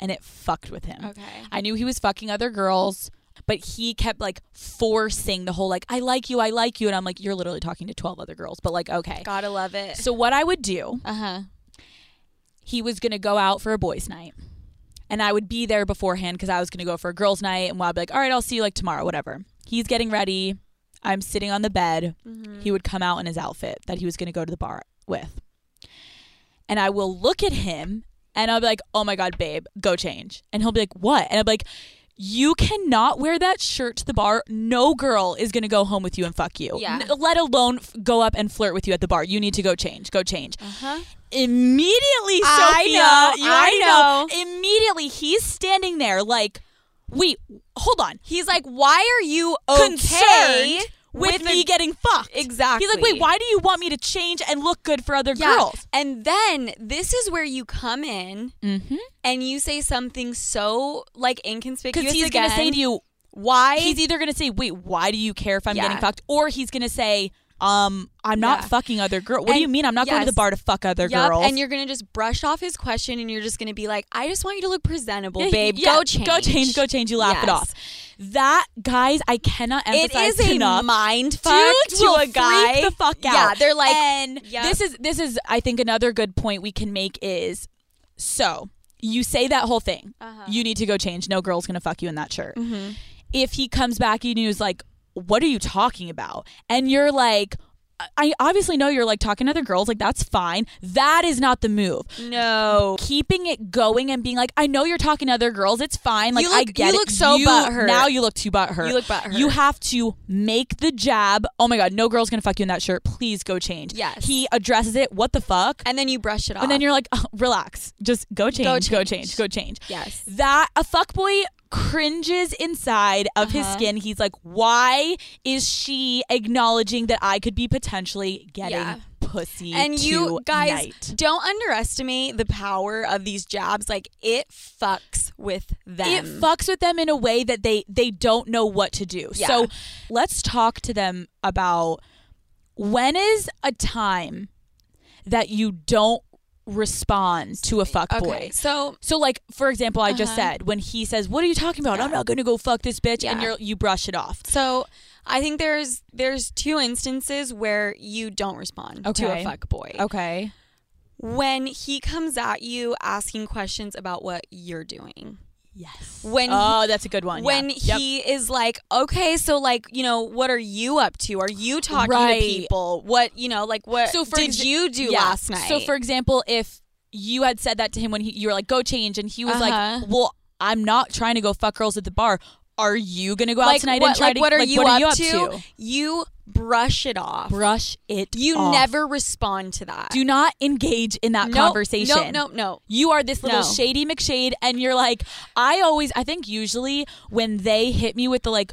B: and it fucked with him.
C: okay.
B: I knew he was fucking other girls, but he kept like forcing the whole like I like you, I like you, and I'm like you're literally talking to 12 other girls, but like okay.
C: Gotta love it.
B: So what I would do,
C: uh huh.
B: he was going to go out for a boys night. And I would be there beforehand because I was going to go for a girls' night. And I'd be like, all right, I'll see you like tomorrow, whatever. He's getting ready. I'm sitting on the bed. He would come out in his outfit that he was going to go to the bar with. And I will look at him and I'll be like, oh my God, babe, go change. And he'll be like, what? And I'll be like, you cannot wear that shirt to the bar. No girl is going to go home with you and fuck you.
C: Yeah.
B: N- let alone f- go up and flirt with you at the bar. You need to go change. Go change
C: Uh huh.
B: immediately
C: I
B: Sophia,
C: know,
B: you
C: I
B: already know. Immediately he's standing there like, wait, hold on.
C: He's like, why are you okay
B: Concerned with, me
C: the-
B: getting fucked.
C: Exactly.
B: He's like, wait, why do you want me to change and look good for other
C: Yeah.
B: girls?
C: And then this is where you come in
B: Mm-hmm.
C: and you say something so like inconspicuous.
B: Because he's
C: again.
B: gonna say to you,
C: why
B: he's either gonna say, wait, why do you care if I'm
C: Yeah.
B: getting fucked, or he's gonna say, um, I'm not
C: Yeah.
B: fucking other girls. What do
C: And-
B: you mean? I'm not going to the
C: yes.
B: bar to fuck other
C: Yup,
B: girls.
C: and you're gonna just brush off his question and you're just gonna be like, I just want you to look presentable,
B: Yeah,
C: babe.
B: yeah,
C: go change.
B: Go change. Go change. You laugh it
C: Yes.
B: off. That guys, I cannot
C: It
B: emphasize
C: is a
B: enough.
C: mind fuck
B: Dude
C: to
B: will
C: a guy.
B: freak the fuck out.
C: Yeah, they're like,
B: and
C: yep.
B: this is this is I think another good point we can make is so you say that whole thing.
C: Uh-huh. Mm-hmm.
B: You need to go change. No girl's gonna fuck you in that shirt. If he comes back and he's like, "What are you talking about?" and you're like. I obviously know you're like talking to other girls, like that's fine. That is not the move.
C: no.
B: Keeping it going and being like, I know you're talking to other girls, it's fine. Like
C: You
B: I
C: look-
B: get
C: you
B: it.
C: look so butthurt.
B: Now you look too butthurt.
C: You look butthurt.
B: You have to make the jab. Oh my god, no girl's gonna fuck you in that shirt. Please go change.
C: Yes.
B: He addresses it. What the fuck?
C: and then you brush it off.
B: And then you're like, "Oh, relax. Just go change. Go change. Go change.
C: change. Yes.
B: That a fuckboy cringes inside of his
C: Uh-huh.
B: skin. He's like, why is she acknowledging that I could be potentially getting
C: Yeah.
B: pussy?
C: and you guys
B: tonight?"
C: don't underestimate the power of these jabs. Like it fucks with them.
B: It fucks with them in a way that they they don't know what to do.
C: Yeah.
B: So let's talk to them about when is a time that you don't respond to a fuck
C: okay.
B: boy.
C: So
B: So like for example, I just
C: Uh-huh.
B: said when he says, "What are you talking about? I'm
C: Yeah.
B: not going to go fuck this bitch," and
C: Yeah.
B: you you brush it off.
C: so I think there's there's two instances where you don't respond to
B: Okay. Oh.
C: a fuck boy.
B: Okay.
C: When he comes at you asking questions about what you're doing.
B: Yes.
C: When
B: oh, that's a good one.
C: when
B: yeah. Yep.
C: he is like, okay, so like, you know, what are you up to? Are you talking
B: Right.
C: to people? What, you know, like, what
B: So for
C: did
B: exa-
C: you do
B: Yeah.
C: last night?
B: So for example, if you had said that to him when he, you were like, "Go change," and he was
C: Uh-huh.
B: like, "Well, I'm not trying to go fuck girls at the bar. Are you gonna go out tonight and try
C: like,
B: to
C: what are,
B: like,
C: you,
B: what
C: up
B: are you up
C: to? You brush it off.
B: Brush it.
C: you
B: off.
C: never respond to that.
B: do not engage in that
C: Nope,
B: conversation.
C: No, no, no.
B: You are this little
C: No.
B: shady McShade, and you're like, I always, I think usually when they hit me with the like,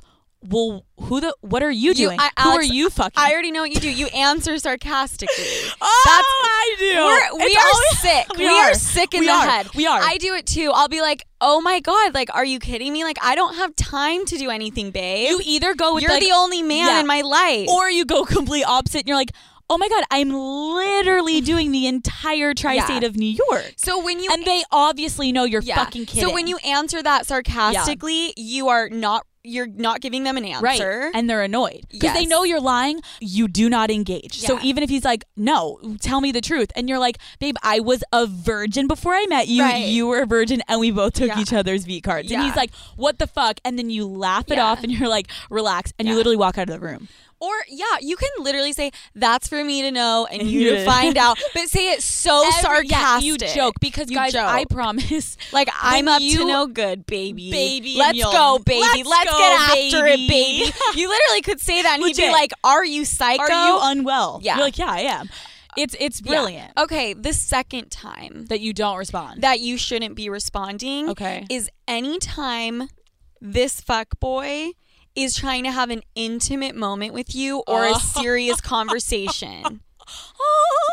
B: well, who the, what are you doing?
C: I-
B: who are
C: Alex,
B: you fucking?
C: I already know what you do. You answer sarcastically.
B: oh, I do.
C: We're, we
B: It's
C: are
B: always-
C: sick.
B: We
C: We,
B: are.
C: are. sick in
B: We
C: the
B: are.
C: head.
B: We are.
C: I do it too. I'll be like, oh my God, like, are you kidding me? Like, I don't have time to do anything, babe.
B: You either go with
C: You're
B: like,
C: the only man
B: yeah.
C: in my life.
B: or you go complete opposite, and you're like, oh my god, I'm literally doing the entire tri-state of New York,
C: so when you
B: and they obviously know you're
C: yeah.
B: fucking kidding.
C: So when you answer that sarcastically, you are not you're not giving them an answer.
B: Right. And they're annoyed because they
C: Yes.
B: know you're lying. You do not engage. So
C: Yeah.
B: even if he's like, no, tell me the truth. And you're like, babe, I was a virgin before I met you.
C: Right.
B: You were a virgin and we both took
C: Yeah.
B: each other's V cards. And
C: Yeah.
B: he's like, what the fuck? And then you laugh it
C: Yeah.
B: off and you're like, relax. And you
C: Yeah.
B: literally walk out of the room.
C: Or yeah, you can literally say that's for me to know and you
B: Yeah.
C: to find out, but say it so
B: Every-
C: sarcastic.
B: yeah, you joke because
C: You
B: guys, I
C: joke.
B: promise.
C: Like I'm up
B: you-
C: to no good, baby.
B: Baby and
C: let's
B: young.
C: go, baby.
B: Let's
C: Let's,
B: go,
C: get after
B: baby.
C: it, baby. You literally could say that, and he'd
B: Legit.
C: be like, "Are you psycho?
B: Are you unwell?
C: Yeah.
B: You're like, yeah, Uh, I am. It's it's
C: Yeah.
B: brilliant
C: Okay, the second time
B: that you don't respond.
C: that you shouldn't be responding
B: Okay.
C: is anytime this fuck boy is trying to have an intimate moment with you or
B: Oh.
C: a serious conversation.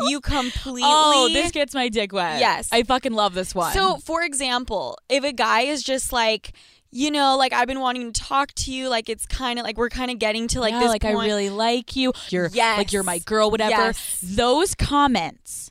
C: You completely
B: Oh, this gets my dick wet.
C: Yes.
B: I fucking love this one.
C: So, for example, if a guy is just like, you know, like I've been wanting to talk to you, like it's kind of like we're kind of getting to like
B: yeah,
C: this
B: like I
C: point.
B: really like you. You're like you're my
C: Yes.
B: girl, whatever.
C: Yes.
B: Those comments,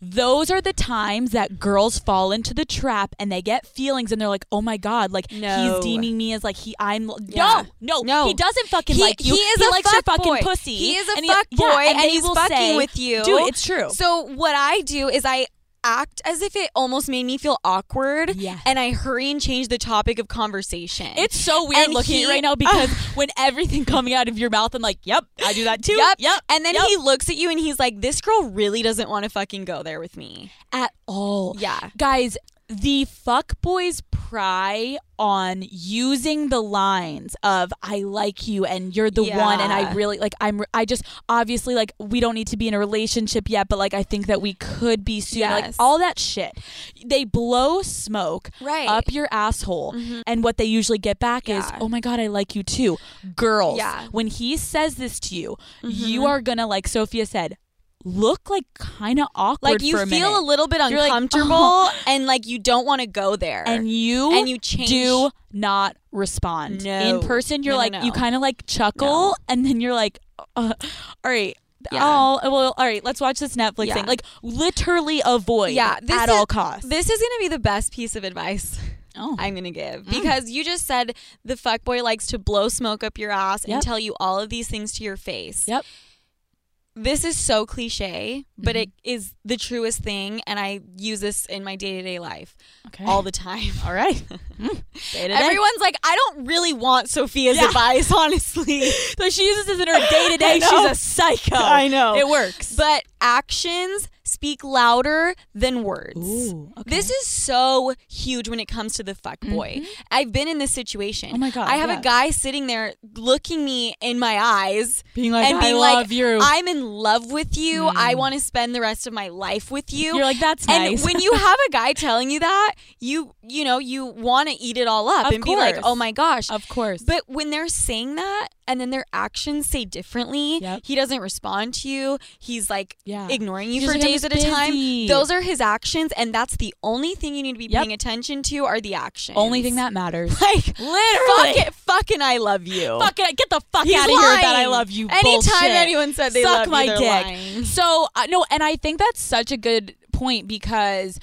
B: those are the times that girls fall into the trap and they get feelings and they're like, oh my god, like
C: No.
B: he's deeming me as like he I'm
C: Yeah.
B: no no
C: No.
B: he doesn't fucking
C: He-
B: like you.
C: he is a
B: likes your
C: fuck
B: fucking
C: boy.
B: pussy.
C: He is a
B: And
C: fuck
B: yeah,
C: boy, and
B: they
C: he's
B: will
C: fucking
B: say,
C: with you.
B: Dude, it's true.
C: So, what I do is I act as if it almost made me feel awkward
B: Yes.
C: and I hurry and change the topic of conversation.
B: It's so weird
C: And
B: looking at you
C: he-
B: right now because when everything coming out of your mouth, I'm like, yep, I do that too.
C: Yep.
B: yep.
C: And then
B: yep.
C: he looks at you and he's like, this girl really doesn't want to fucking go there with me.
B: at all.
C: Yeah.
B: Guys, the fuckboys pry on using the lines of I like you and you're the one and I
C: Yeah.
B: really like I'm I just obviously like we don't need to be in a relationship yet but like I think that we could be soon like
C: Yes.
B: all that shit. They blow smoke
C: Right.
B: up your asshole and what they usually get back is
C: Mm-hmm. Yeah.
B: oh my god I like you too. Girls,
C: Yeah. Mm-hmm.
B: when he says this to you, you are going to like Sophia said look like kind of awkward
C: Like you
B: for a
C: feel
B: minute.
C: a little bit
B: You're like,
C: uncomfortable
B: "Oh."
C: and like you don't want to go there.
B: and you
C: and you change
B: do not respond
C: No.
B: in person you're
C: No, no,
B: like
C: no.
B: you kind of like chuckle and then you're like uh, all right
C: Yeah.
B: oh well all right let's watch this netflix
C: Yeah.
B: thing like literally avoid
C: Yeah, this
B: at
C: is-
B: all costs
C: This is going to be the best piece of advice
B: oh
C: I'm going to give
B: Mm.
C: because you just said the fuckboy likes to blow smoke up your ass
B: Yep.
C: and tell you all of these things to your face.
B: Yep.
C: This is so cliche, but it
B: Mm-hmm.
C: is the truest thing. And I use this in my day to day life
B: okay
C: all the time.
B: all right
C: Everyone's like, I don't really want Sophia's
B: Yeah.
C: advice, honestly.
B: so she uses this in her day-to-day
C: I know.
B: she's a psycho
C: I know.
B: it works
C: but actions speak louder than words.
B: Ooh, okay.
C: This is so huge when it comes to the fuck boy. I've been in this situation.
B: Mm-hmm. Oh my God,
C: I have
B: yes.
C: a guy sitting there looking me in my eyes
B: being like
C: and being
B: Oh i
C: like,
B: love you Mm.
C: "I'm in love with you. I want to spend the rest of my life with you."
B: you're like that's
C: and
B: nice
C: when you have a guy telling you that, you you know you want to eat it all up
B: Of
C: and be like,
B: course.
C: "Oh my gosh."
B: of course
C: But when they're saying that and then their actions say differently,
B: Yep.
C: he doesn't respond to you. He's like
B: Yeah.
C: ignoring you
B: He's
C: for
B: like, "I'm
C: days at a
B: busy."
C: time. Those are his actions, and that's the only thing you need to be
B: Yep.
C: paying attention to are the actions.
B: only thing that matters
C: like
B: Literally.
C: fuck it, fucking I love you.
B: fuck it get the fuck
C: He's
B: out of here with that i
C: lying.
B: love you
C: Anytime
B: bullshit.
C: anyone said they
B: suck
C: love
B: my
C: you, they're
B: dick.
C: lying.
B: So uh, no, and I think that's such a good point because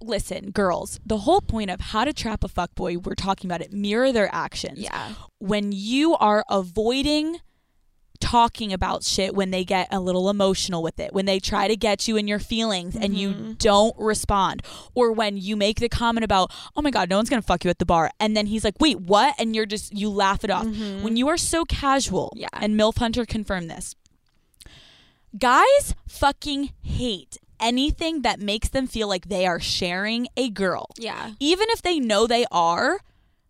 B: listen, girls, the whole point of how to trap a fuckboy, we're talking about it, mirror their actions.
C: Yeah.
B: When you are avoiding talking about shit when they get a little emotional with it when they try to get you in your feelings and you don't respond or when you make the comment about oh my god no one's gonna fuck you at the bar and then he's like wait what and you're just you laugh it off when you are so casual
C: Yeah.
B: and milf hunter confirmed this guys fucking hate anything that makes them feel like they are sharing a girl
C: Yeah.
B: even if they know they are,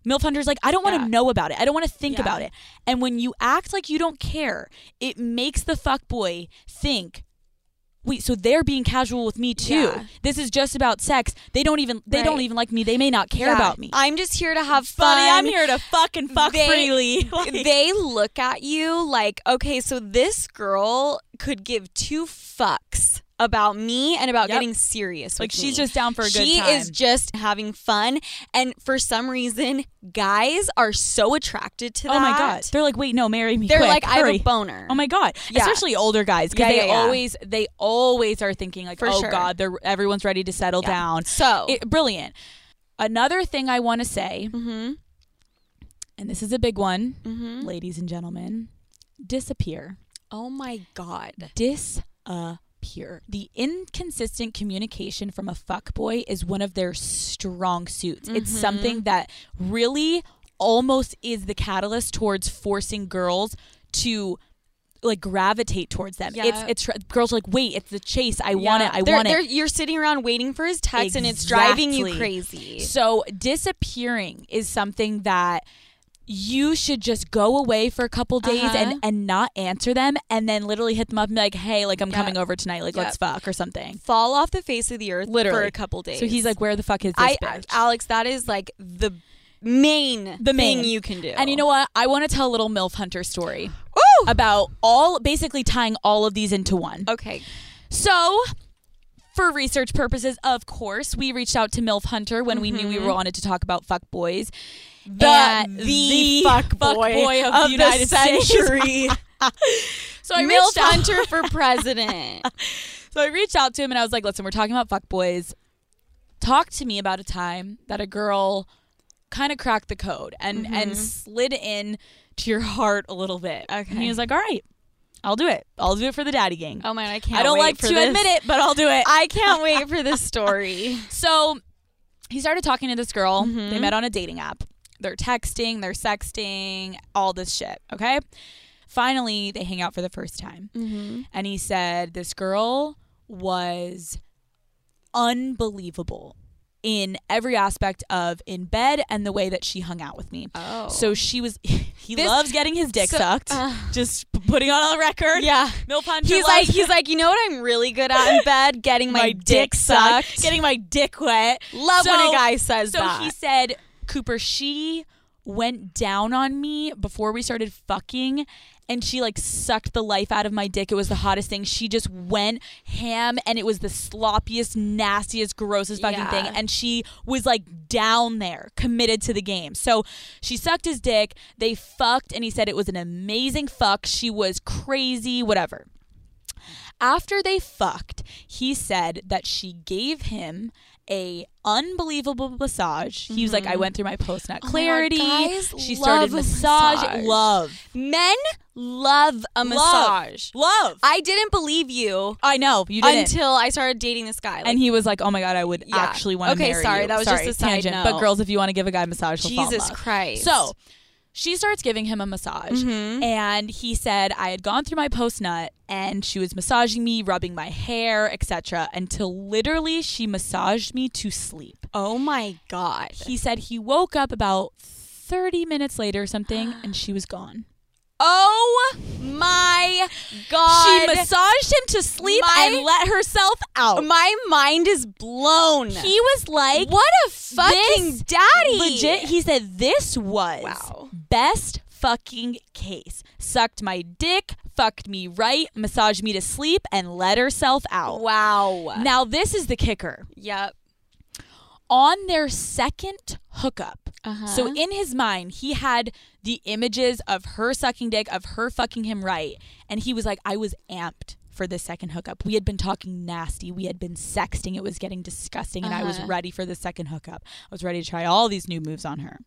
B: MILF Hunter's like, I don't want to
C: Yeah.
B: know about it. I don't want to think
C: Yeah.
B: about it. And when you act like you don't care, it makes the fuckboy think, wait, so they're being casual with me too.
C: Yeah.
B: This is just about sex. They don't even they don't
C: Right.
B: even like me. They may not care
C: Yeah.
B: about me.
C: I'm just here to have fun.
B: Buddy, I'm here to fucking fuck
C: They-
B: freely. Like-
C: they look at you like, okay, so this girl could give two fucks about me and about
B: Yep.
C: getting serious.
B: like
C: with me.
B: she's just down for a good
C: she
B: time.
C: is just having fun, and for some reason, guys are so attracted to
B: oh
C: that.
B: my god. They're like, wait, no, marry me.
C: they're
B: quick,
C: like, I have
B: hurry."
C: a boner.
B: Oh my god!
C: Yeah.
B: Especially older guys, because
C: Yeah,
B: they
C: yeah, yeah.
B: always they always are thinking like,
C: For
B: oh
C: sure.
B: god, they're everyone's ready to settle
C: Yeah.
B: down.
C: So,
B: It, brilliant. Another thing I want to say,
C: mhm.
B: and this is a big one,
C: Mm-hmm.
B: ladies and gentlemen, disappear.
C: Oh my god.
B: Disappear. The inconsistent communication from a fuckboy is one of their strong suits. It's
C: Mhm.
B: something that really almost is the catalyst towards forcing girls to like gravitate towards them.
C: Yeah.
B: It's it's tr- girls are like, wait, it's the chase. I want it. I
C: They're-
B: want it.
C: they're- You're sitting around waiting for his text, and it's driving you
B: Exactly.
C: crazy.
B: So disappearing is something that you should just go away for a couple days
C: Uh-huh.
B: and and not answer them and then literally hit them up and be like, "Hey, like I'm
C: Yeah.
B: coming over tonight. Like
C: Yeah.
B: let's fuck or something."
C: Fall off the face of the earth for
B: Literally.
C: a couple days.
B: So he's like, "Where the fuck is
C: I,
B: this bitch?"
C: Alex, that is like the main
B: The main.
C: thing you can do.
B: and you know what? I want to tell a little MILF hunter story
C: Ooh!
B: about all basically tying all of these into one.
C: Okay.
B: So, for research purposes, of course, we reached out to MILF Hunter when we knew we were wanted to talk about fuck boys.
C: The,
B: Mm-hmm. And
C: the, fuck boy,
B: fuckboy
C: of, the United
B: States.
C: century.
B: So I
C: Milf
B: reached out.
C: Hunter for president.
B: So I reached out to him and I was like, "Listen, we're talking about fuck boys. Talk to me about a time that a girl kind of cracked the code and
C: Mm-hmm.
B: and slid in to your heart a little bit." And
C: Okay.
B: he was like, "All right, I'll do it. I'll do it for the daddy gang.
C: oh man, I can't.
B: I don't
C: wait
B: like
C: for
B: to
C: this.
B: admit it, but I'll do it."
C: I can't wait for this story.
B: So he started talking to this girl.
C: Mm-hmm.
B: They met on a dating app. They're texting, they're sexting, all this shit. Okay. Finally, they hang out for the first time. And he said, This girl was unbelievable in every aspect of in bed and the way that she hung out with me.
C: Oh,
B: So she was, he
C: This-
B: loves getting his dick
C: so-
B: sucked.
C: uh.
B: just p- putting on a record.
C: yeah.
B: Milf Hunter
C: He's like,
B: loves-
C: he's like, you know what? I'm really good at in bed, getting my, dick sucked.
B: Getting my dick wet.
C: Love when a
B: So-
C: guy says
B: So
C: that.
B: he said, Cooper, she went down on me before we started fucking and she like sucked the life out of my dick. It was the hottest thing. She just went ham and it was the sloppiest, nastiest, grossest fucking
C: Yeah.
B: thing. And she was like down there, committed to the game. So she sucked his dick. They fucked and he said it was an amazing fuck. She was crazy, whatever. After they fucked, he said that she gave him a unbelievable massage. He was like, I went through my post nut
C: Mm-hmm. Oh my God,
B: clarity.
C: guys
B: she
C: love
B: started
C: a
B: massage.
C: massage.
B: Love.
C: Men love a massage.
B: Love. I,
C: I didn't believe you
B: I know. You didn't.
C: until I started dating this guy. Like,
B: and he was like, "Oh my god, I would
C: Yeah.
B: actually want to
C: Okay,
B: marry
C: sorry,
B: you."
C: that was just a side
B: tangent.
C: note.
B: But girls, if you want to give a guy a massage, he'll fall in
C: Jesus
B: love.
C: Christ. Mm-hmm.
B: So she starts giving him a massage. And he said, I had gone through my post nut and she was massaging me, rubbing my hair, etc. until literally she massaged me to sleep.
C: oh my god.
B: He said he woke up about 30 minutes later or something and she was gone.
C: oh my god.
B: She massaged him to sleep
C: My-
B: and let herself out.
C: My mind is blown.
B: He was like,
C: what a fucking
B: This
C: daddy.
B: Legit, he said this was
C: Wow.
B: best fucking case. Sucked my dick, fucked me right, massaged me to sleep, and let herself out.
C: wow.
B: Now this is the kicker.
C: yep.
B: On their second hookup,
C: Uh-huh.
B: so in his mind, he had the images of her sucking dick, of her fucking him right, and he was like, I was amped. For this second hookup, we had been talking nasty. We had been sexting. It was getting disgusting, and I was
C: Uh-huh.
B: ready for the second hookup. I was ready to try all these new moves on her.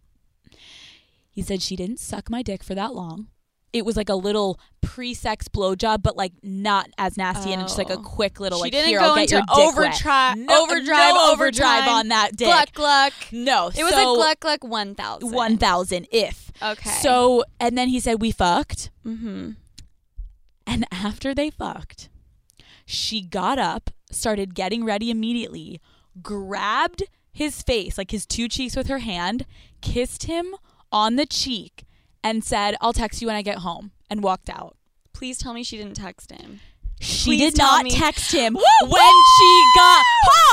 B: He said she didn't suck my dick for that long. It was like a little pre-sex blowjob, but like not as nasty, and just like a
C: Oh.
B: quick little
C: She
B: like
C: didn't
B: here,
C: go
B: I'll get
C: into
B: your dick wet."
C: overtri-
B: no,
C: overdrive,
B: no
C: overtime.
B: overdrive on that dick.
C: Gluck gluck.
B: No,
C: It was
B: so
C: a gluck gluck one thousand.
B: one thousand if.
C: Okay.
B: So and then he said we fucked,
C: Mm-hmm.
B: and after they fucked, she got up, started getting ready immediately, grabbed his face like his two cheeks with her hand, kissed him on the cheek, and said, "I'll text you when I get home," and walked out.
C: Please tell me she didn't text him.
B: She
C: Please
B: did
C: tell
B: not
C: me.
B: text him
C: Woo!
B: when she got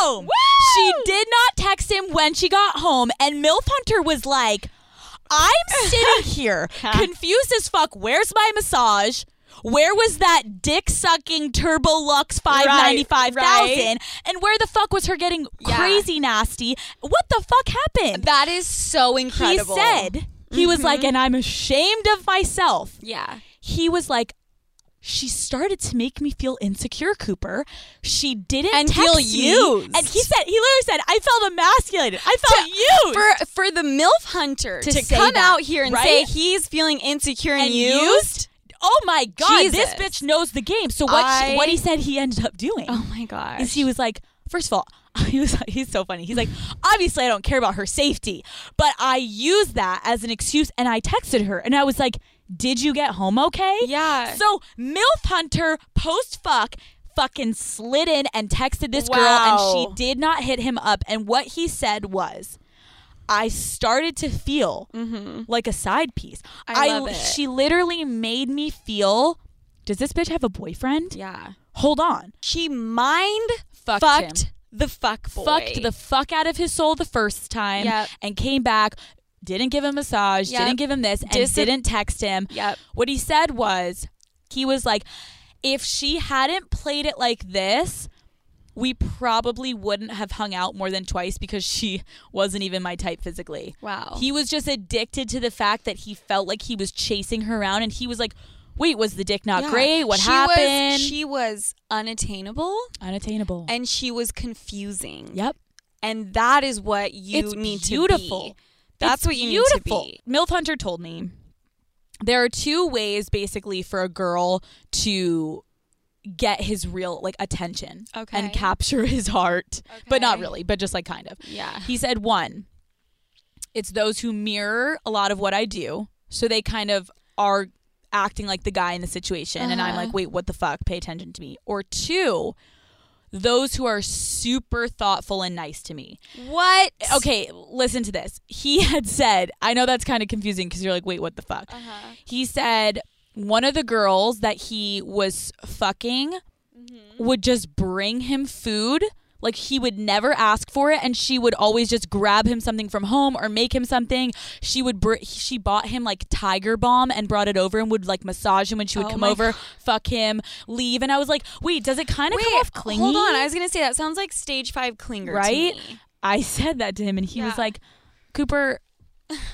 B: home.
C: Woo!
B: She did not text him when she got home. And MILF Hunter was like, I'm sitting here confused as fuck. Where's my massage? Where was that dick sucking Turbo Lux 595,000?
C: Right, right.
B: And where the fuck was her getting
C: Yeah.
B: crazy nasty? What the fuck happened?
C: That is so incredible. Mm-hmm.
B: He said, he was like, and I'm ashamed of myself
C: Yeah.
B: he was like, she started to make me feel insecure, Cooper. She didn't
C: And
B: text
C: feel
B: me.
C: used.
B: And he said, he literally said, I felt emasculated. I felt used.
C: for for the milf hunter
B: To
C: to,
B: say
C: come
B: that,
C: out here and
B: right?
C: say he's feeling insecure and,
B: And
C: used.
B: used? Oh my god, this
C: Jesus.
B: bitch knows the game. So what? she,
C: I-
B: what he said he ended up doing
C: Oh my gosh.
B: is he was like, first of all, he was he's so funny. He's like, obviously I don't care about her safety, but I used that as an excuse, and I texted her, and I was like, did you get home okay?
C: yeah.
B: So MILF Hunter post fuck fucking slid in and texted this girl
C: Wow.
B: and she did not hit him up. And what he said was I started to feel
C: Mm-hmm.
B: like a side piece.
C: I love it.
B: she literally made me feel does this bitch have a boyfriend?
C: yeah.
B: Hold on.
C: She mind
B: Fucked
C: fucked,
B: him.
C: the fuck boy.
B: Fucked the fuck out of his soul the first time
C: Yep.
B: and came back, didn't give him a massage,
C: Yep.
B: didn't give him this, and
C: Dis-
B: didn't text him.
C: Yep.
B: What he said was, he was like, if she hadn't played it like this, we probably wouldn't have hung out more than twice because she wasn't even my type physically.
C: Wow.
B: He was just addicted to the fact that he felt like he was chasing her around and he was like, wait, was the dick not
C: Yeah.
B: great? What
C: She was-
B: happened?
C: she was unattainable
B: Unattainable.
C: and she was confusing.
B: yep.
C: And that is what you
B: It's
C: need
B: beautiful.
C: to be. That's
B: It's
C: what you
B: beautiful.
C: need to be.
B: MILF Hunter told me there are two ways basically for a girl to get his real like attention
C: Okay.
B: and capture his heart. But not
C: Okay.
B: really, but just like kind of.
C: Yeah.
B: He said one, it's those who mirror a lot of what I do. So they kind of are acting like the guy in the situation and I'm
C: Uh-huh.
B: like, "Wait, what the fuck? Pay attention to me." Or two, those who are super thoughtful and nice to me
C: What?
B: okay, listen to this. He had said, I know that's kind of confusing because you're like, wait, what the fuck?
C: Uh-huh.
B: He said one of the girls that he was fucking
C: Mm-hmm.
B: would just bring him food. Like he would never ask for it, and she would always just grab him something from home or make him something. She would br- she bought him like Tiger Balm and brought it over and would like massage him when she would
C: Oh
B: come
C: my
B: over, fuck him, leave. And I was like, wait, does it kind of come off clingy?
C: Hold on, I was gonna say that sounds like stage five clinger, to
B: Right?
C: me.
B: I said that to him, and he was
C: Yeah.
B: like, Cooper,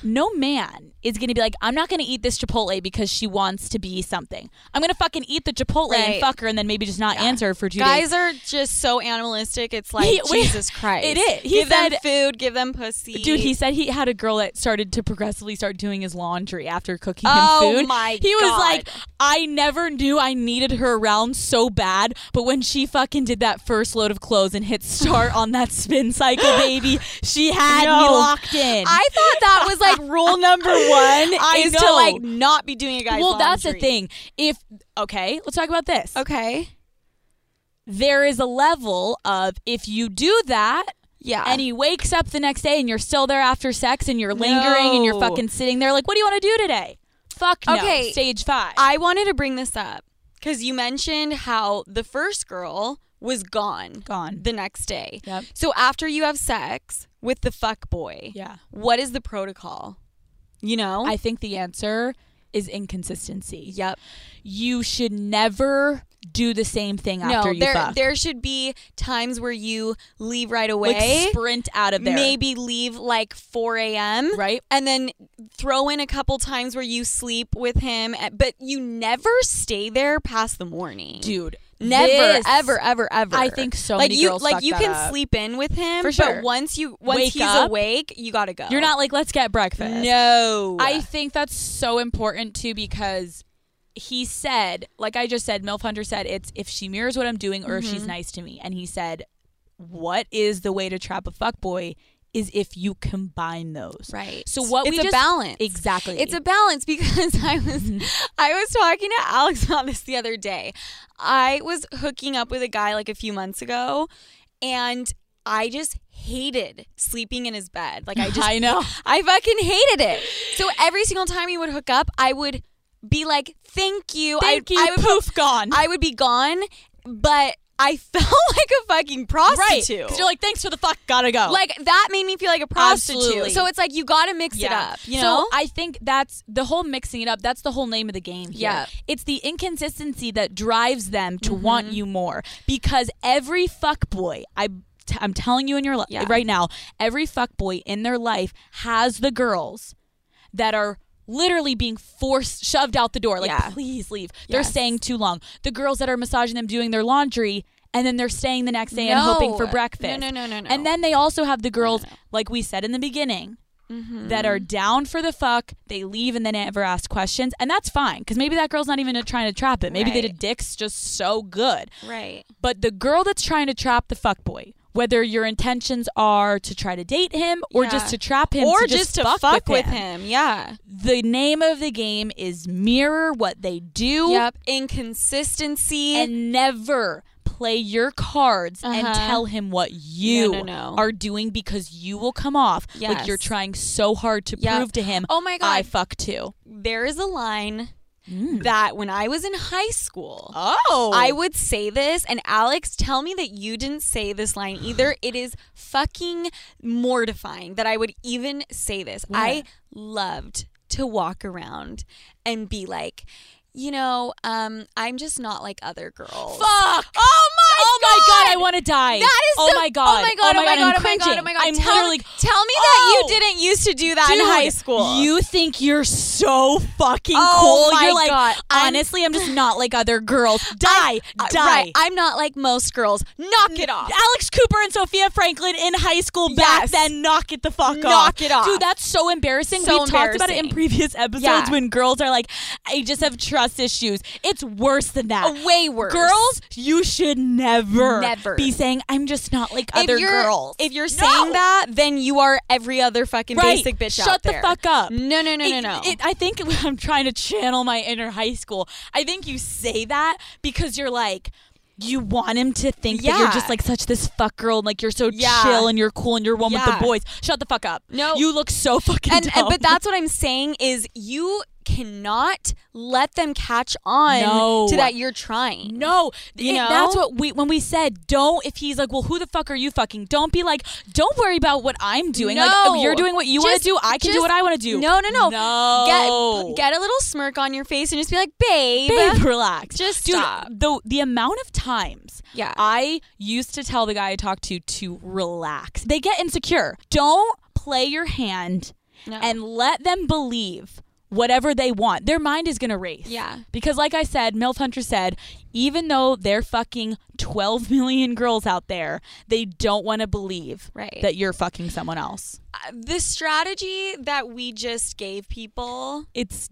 B: no man is going to be like, I'm not going to eat this Chipotle because she wants to be something. I'm going to fucking eat the Chipotle and
C: Right.
B: fuck her and then maybe just not answer her for two days.
C: Guys are just so animalistic. It's like
B: He- wait,
C: Jesus Christ.
B: it is. He
C: give them
B: said-
C: food. Give them pussy.
B: Dude, he said he had a girl that started to progressively start doing his laundry after cooking
C: Oh
B: him food.
C: my
B: he was
C: God.
B: like, I never knew I needed her around so bad, but when she fucking did that first load of clothes and hit start on that spin cycle, baby, she had me
C: No.
B: locked in.
C: I thought that was like rule number one
B: I
C: is
B: know.
C: to like not be doing a guy's.
B: well, that's the
C: laundry.
B: thing. If okay, let's talk about this.
C: Okay.
B: There is a level of if you do that
C: Yeah.
B: and he wakes up the next day and you're still there after sex and you're lingering and you're
C: No.
B: fucking sitting there like, what do you want to do today? Fuck no.
C: Okay.
B: Stage five.
C: I wanted to bring this up because you mentioned how the first girl was gone
B: Gone.
C: the next day.
B: Yep.
C: So after you have sex with the fuck boy,
B: yeah.
C: what is the protocol? You know?
B: I think the answer is inconsistency.
C: yep.
B: You should never do the same thing after
C: no,
B: you
C: there
B: fuck.
C: there should be times where you leave right
B: like
C: away.
B: sprint out of there.
C: maybe leave like 4 a.m.
B: Right.
C: And then throw in a couple times where you sleep with him, eh, but you never stay there past the morning.
B: Dude.
C: Never,
B: this-
C: ever, ever, ever.
B: I think so
C: Like
B: many
C: you,
B: girls
C: like
B: fuck
C: you
B: that
C: can
B: up.
C: sleep in with him,
B: For sure.
C: But once you, once
B: Wake
C: he's
B: up.
C: awake, you gotta go.
B: You're not like, let's get breakfast.
C: No,
B: I think that's so important too because he said, like I just said, MILF Hunter said, it's if she mirrors what I'm doing or if
C: Mm-hmm.
B: she's nice to me. And he said, what is the way to trap a fuckboy is if you combine those.
C: right.
B: So what
C: it's
B: we
C: a
B: just-
C: balance.
B: Exactly.
C: It's a balance because I was I was talking to Alex about this the other day. I was hooking up with a guy like a few months ago and I just hated sleeping in his bed. Like I just
B: I know.
C: I fucking hated it. So every single time he would hook up, I would be like, "Thank you."
B: Thank
C: I,
B: you.
C: I would
B: poof gone.
C: I would be gone, but I felt like a fucking
B: right.
C: prostitute. Oh.
B: Because you're like, thanks for the fuck, gotta go.
C: Like, that made me feel like a prostitute.
B: Absolutely.
C: So it's like you got to mix it up, you know?
B: So I think that's the whole mixing it up. That's the whole name of the game. Here.
C: Yeah. Mm-hmm.
B: it's the inconsistency that drives them to want you more because every fuck boy, I. T- I'm telling you in your life
C: Yeah.
B: right now, every fuck boy in their life has the girls that are literally being forced, shoved out the door. Like,
C: Yeah.
B: please leave. They're
C: Yes.
B: staying too long. The girls that are massaging them doing their laundry, and then they're staying the next day and hoping for
C: No.
B: breakfast.
C: No, no, no, no, no.
B: And then they also have the girls, like we said in the beginning,
C: Mm-hmm.
B: that are down for the fuck. They leave and they never ask questions, and that's fine because maybe that girl's not even trying to trap it. Maybe the
C: Right.
B: dick's just so good.
C: right.
B: But the girl that's trying to trap the fuck boy, whether your intentions are to try to date him or just
C: Yeah.
B: to trap him,
C: or
B: to
C: just, to fuck, with, him. Yeah.
B: The name of the game is mirror what they do
C: Yep. Inconsistency.
B: and never play your cards and
C: Uh-huh.
B: tell him what you
C: No, no, no.
B: are doing because you will come off like you're
C: Yes.
B: trying so hard to
C: Yep.
B: prove to him
C: Oh my
B: I
C: God.
B: fuck too.
C: there is a line
B: Mm.
C: that when I was in high school,
B: Oh.
C: I would say this, and Alex, tell me that you didn't say this line either. It is fucking mortifying that I would even say this. I loved to walk around and be like, you know, um, I'm just not like other girls.
B: fuck.
C: Oh my
B: Oh my
C: god!
B: god, I want to die.
C: That is
B: Oh
C: the-
B: my god.
C: Oh my god! Oh my god!
B: I'm
C: Oh my god!
B: cringing.
C: Oh my god!
B: I'm
C: tell,
B: literally
C: tell me
B: Oh!
C: that you didn't used to do that in
B: Dude,
C: high school.
B: You think you're so fucking
C: Oh
B: cool.
C: my
B: You're like,
C: God, I'm-
B: honestly, I'm just not like other girls. Die,
C: Uh,
B: die.
C: Right. I'm not like most girls. Knock it off.
B: Alex Cooper and Sophia Franklin in high school back
C: Yes.
B: then. Knock it the fuck off.
C: Knock it off.
B: Dude, that's so embarrassing.
C: So
B: We've talked about it in
C: embarrassing.
B: previous episodes
C: Yeah.
B: when girls are like, I just have trust issues. It's worse than that.
C: Way Oh, worse.
B: Girls, you should never,
C: Never.
B: be saying, I'm just not like other
C: if you're,
B: girls.
C: If you're
B: No.
C: saying that, then you are every other fucking
B: Right.
C: basic bitch
B: Shut
C: out
B: the
C: there.
B: fuck up.
C: No, no, no, no,
B: It-
C: no.
B: it- I think I'm trying to channel my inner high school. I think you say that because you're like, you want him to think that you're
C: Yeah.
B: just like such this fuck girl and like you're so
C: Yeah.
B: chill and you're cool and you're one with
C: Yeah.
B: the boys. Shut the fuck up.
C: No.
B: You look so fucking
C: and, and
B: dumb.
C: but that's what I'm saying is you cannot let them catch on
B: No.
C: to that you're trying.
B: No,
C: You
B: It-
C: know?
B: that's what we when we said don't. If he's like, well, who the fuck are you fucking? Don't be like, don't worry about what I'm doing. Like,
C: No.
B: if you're doing what you want to
C: Just-
B: do. I can do
C: just-
B: what I want to do.
C: No, no, no.
B: no.
C: Get get a little smirk on your face and just be like, babe.
B: babe, relax.
C: Just
B: Dude,
C: stop.
B: The the amount of times
C: Yeah.
B: I used to tell the guy I talked to to relax. They get insecure. Don't play your hand
C: No.
B: and let them believe whatever they want. Their mind is gonna race.
C: Yeah.
B: Because like I said, MILF Hunter said, even though they're fucking twelve million girls out there, they don't wanna believe
C: Right.
B: that you're fucking someone else.
C: Uh, the strategy that we just gave people
B: It's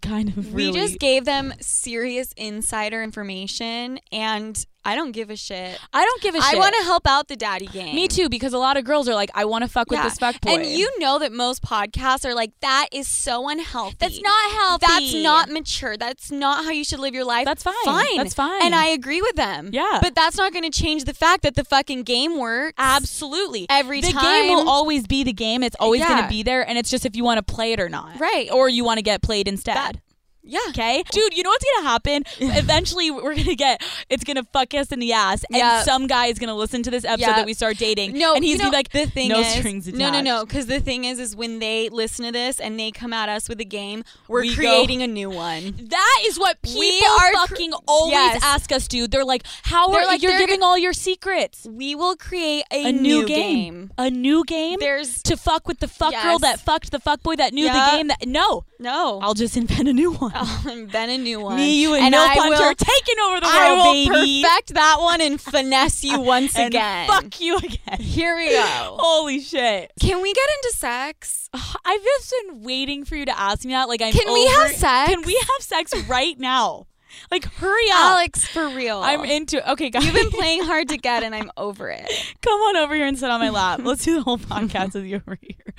B: kind of
C: We
B: really-
C: just gave them serious insider information, and I don't give a shit.
B: I don't give a shit.
C: I want to help out the daddy gang.
B: Me too, because a lot of girls are like, I want to fuck
C: Yeah.
B: with this fuck boy.
C: And you know that most podcasts are like, that is so unhealthy.
B: That's not healthy.
C: That's not mature. That's not how you should live your life.
B: That's fine.
C: Fine.
B: That's fine.
C: And I agree with them.
B: Yeah.
C: But that's not going to change the fact that the fucking game works.
B: absolutely
C: Every
B: the
C: time.
B: game will always be the game. It's always going to
C: Yeah.
B: be there, and it's just if you want to play it or not,
C: Right.
B: Or you want to get played instead.
C: Yeah.
B: Okay, dude, you know what's gonna happen? Eventually, we're gonna get it's gonna fuck us in the ass, and
C: Yep.
B: some guy is gonna listen to this episode
C: Yep.
B: that we start dating.
C: No,
B: and he's
C: you know,
B: gonna be like,
C: the thing
B: no
C: is,
B: strings attached.
C: No, no, no. Because the thing is, is when they listen to this and they come at us with a game, we're
B: We go-
C: creating a new one.
B: That is what people
C: We are cr-
B: fucking always
C: Yes.
B: ask us, dude. They're like, how
C: They're
B: are
C: like,
B: you're
C: they're
B: giving all your secrets?
C: we will create a,
B: a new, game. A new game?
C: There's
B: to fuck with the fuck girl
C: Yes.
B: that fucked the fuck boy that knew
C: Yeah.
B: the game that no.
C: no.
B: I'll just invent a new one.
C: invent a new one.
B: Me, you, and,
C: Oh, and
B: no
C: I
B: punter
C: will,
B: taking over the
C: I
B: world,
C: will
B: baby.
C: perfect that one and finesse you once
B: and
C: again.
B: fuck you again.
C: Here we go.
B: Holy shit!
C: Oh. Can we get into sex?
B: Ugh, I've just been waiting for you to ask me that. Like, I'm.
C: Can we
B: over-
C: have sex?
B: Can we have sex right now? Like, hurry up!
C: Alex, for real.
B: I'm into. Okay, guys,
C: You've been playing hard to get, and I'm over it.
B: come on over here and sit on my lap. Let's do the whole podcast with you over here.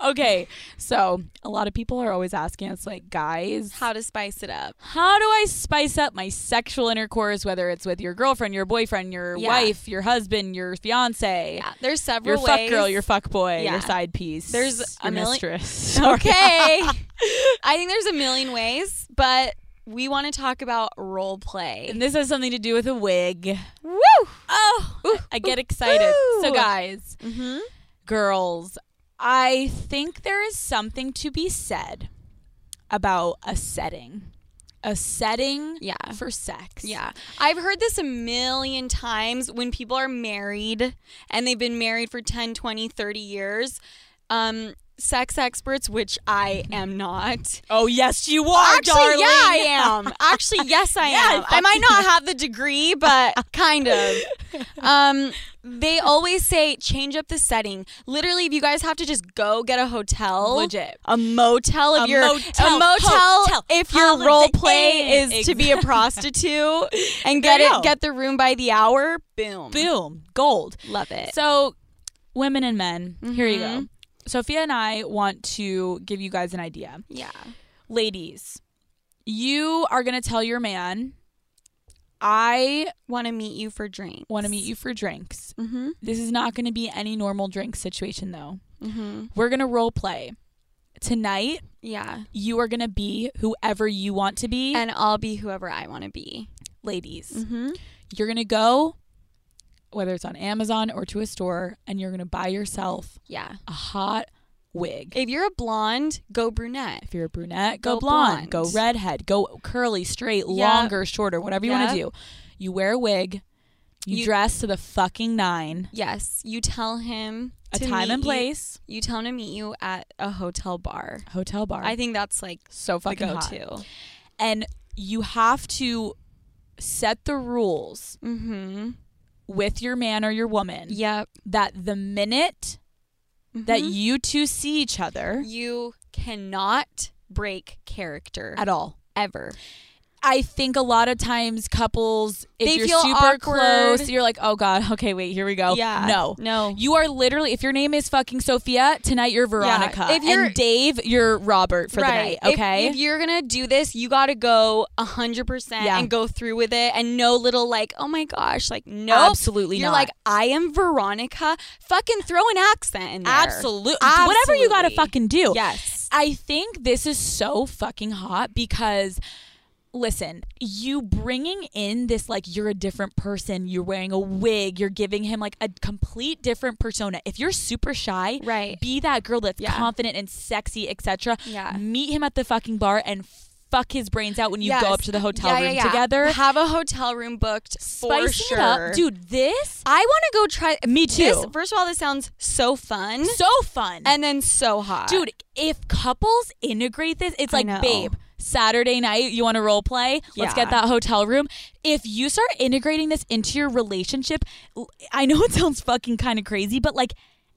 B: Okay, so a lot of people are always asking us, like, guys,
C: How to spice it up?
B: how do I spice up my sexual intercourse, whether it's with your girlfriend, your boyfriend, your
C: Yeah.
B: wife, your husband, your fiance,
C: Yeah, there's
B: your
C: several
B: fuck
C: ways.
B: girl, your fuck boy,
C: Yeah.
B: your side piece,
C: There's
B: your
C: a million-
B: mistress. Sorry.
C: okay. I think there's a million ways, but we want to talk about role play.
B: And this has something to do with a wig.
C: Woo!
B: Oh, I get excited. So,
C: ooh.
B: guys,
C: Mm-hmm.
B: girls, I think there is something to be said about a setting. A setting
C: Yeah.
B: for sex.
C: Yeah. I've heard this a million times when people are married and they've been married for 10, 20, 30 years. Um, sex experts, which I am not.
B: Oh yes, you are,
C: Actually,
B: darling.
C: yeah, I am. Actually, yes, I
B: Yeah,
C: am. I might not have the degree, but kind of. Um, they always say change up the setting. Literally, if you guys have to just go get a hotel,
B: Legit.
C: a motel. If
B: A
C: you're
B: motel,
C: a motel,
B: hotel,
C: if your
B: holiday
C: role play
B: inn.
C: is to be a
B: Exact-
C: prostitute and
B: There
C: get
B: you
C: it,
B: go.
C: get the room by the hour. Boom,
B: Boom, gold.
C: love it.
B: So, women and men, here you go.
C: Mhm.
B: Sophia and I want to give you guys an idea.
C: yeah,
B: Ladies, you are going to tell your man, I
C: want to meet you for drinks.
B: want to meet you for drinks.
C: Mm-hmm.
B: This is not going to be any normal drink situation, though.
C: Mm-hmm.
B: We're going to role play. Tonight,
C: Yeah,
B: you are going to be whoever you want to be.
C: and I'll be whoever I want to be.
B: ladies,
C: Mm-hmm.
B: you're going to go, whether it's on Amazon or to a store, and you're going to buy yourself
C: Yeah.
B: a hot wig.
C: If you're a blonde, go brunette.
B: If you're a brunette, go,
C: Go
B: blonde, go
C: blonde.
B: redhead, go curly, straight,
C: Yeah.
B: longer, shorter, whatever you want
C: Yeah.
B: to do. You wear a wig, you,
C: You-
B: dress to the fucking nine,
C: Yes, you tell him
B: a
C: to
B: time
C: meet
B: and
C: you-
B: place,
C: You, tell him to meet you at a hotel bar.
B: hotel bar.
C: I think that's like
B: so
C: the
B: fucking hot.
C: go-to.
B: And you have to set the rules
C: Mm-hmm.
B: with your man or your woman
C: Yep.
B: that the minute that
C: Mhm.
B: you two see each other
C: you cannot break character
B: at all.
C: ever.
B: I think a lot of times couples, if
C: They
B: you're
C: feel
B: super
C: awkward.
B: close, you're like, oh God, okay, wait, here we go.
C: Yeah.
B: Oh, No.
C: No.
B: You are literally, if your name is fucking Sophia, tonight you're Veronica.
C: If you're-
B: and Dave, you're Robert for
C: right.
B: the night,
C: If-
B: okay?
C: If, you're gonna do this, you gotta go hundred percent
B: Yeah.
C: and go through with it, and no little like, oh my gosh, like no,
B: Absolutely
C: You're
B: not.
C: like, I am Veronica. Fucking throw an accent in there.
B: Absolute- Whatever you got to
C: Absolutely.
B: fucking do.
C: Yes.
B: I think this is so fucking hot because. Listen, you bringing in this like you're a different person, you're wearing a wig, you're giving him like a complete different persona. If you're super shy,
C: Right.
B: be that girl that's
C: Yeah.
B: confident and sexy, etc.
C: Yeah.
B: Meet him at the fucking bar and fuck his brains out when you
C: Yes.
B: go up to the hotel
C: Yeah, yeah,
B: room
C: yeah.
B: together.
C: Have a hotel room booked for
B: spicing
C: sure.
B: it up, dude. This
C: I want to go try.
B: Me
C: This,
B: too.
C: first of all, this sounds so fun,
B: so fun,
C: and then so hot,
B: dude. If couples integrate this, it's
C: I
B: like,
C: know.
B: babe, Saturday night, you want to role play? Let's
C: Yeah.
B: get that hotel room. If you start integrating this into your relationship, l- I know it sounds fucking kind of crazy, but like.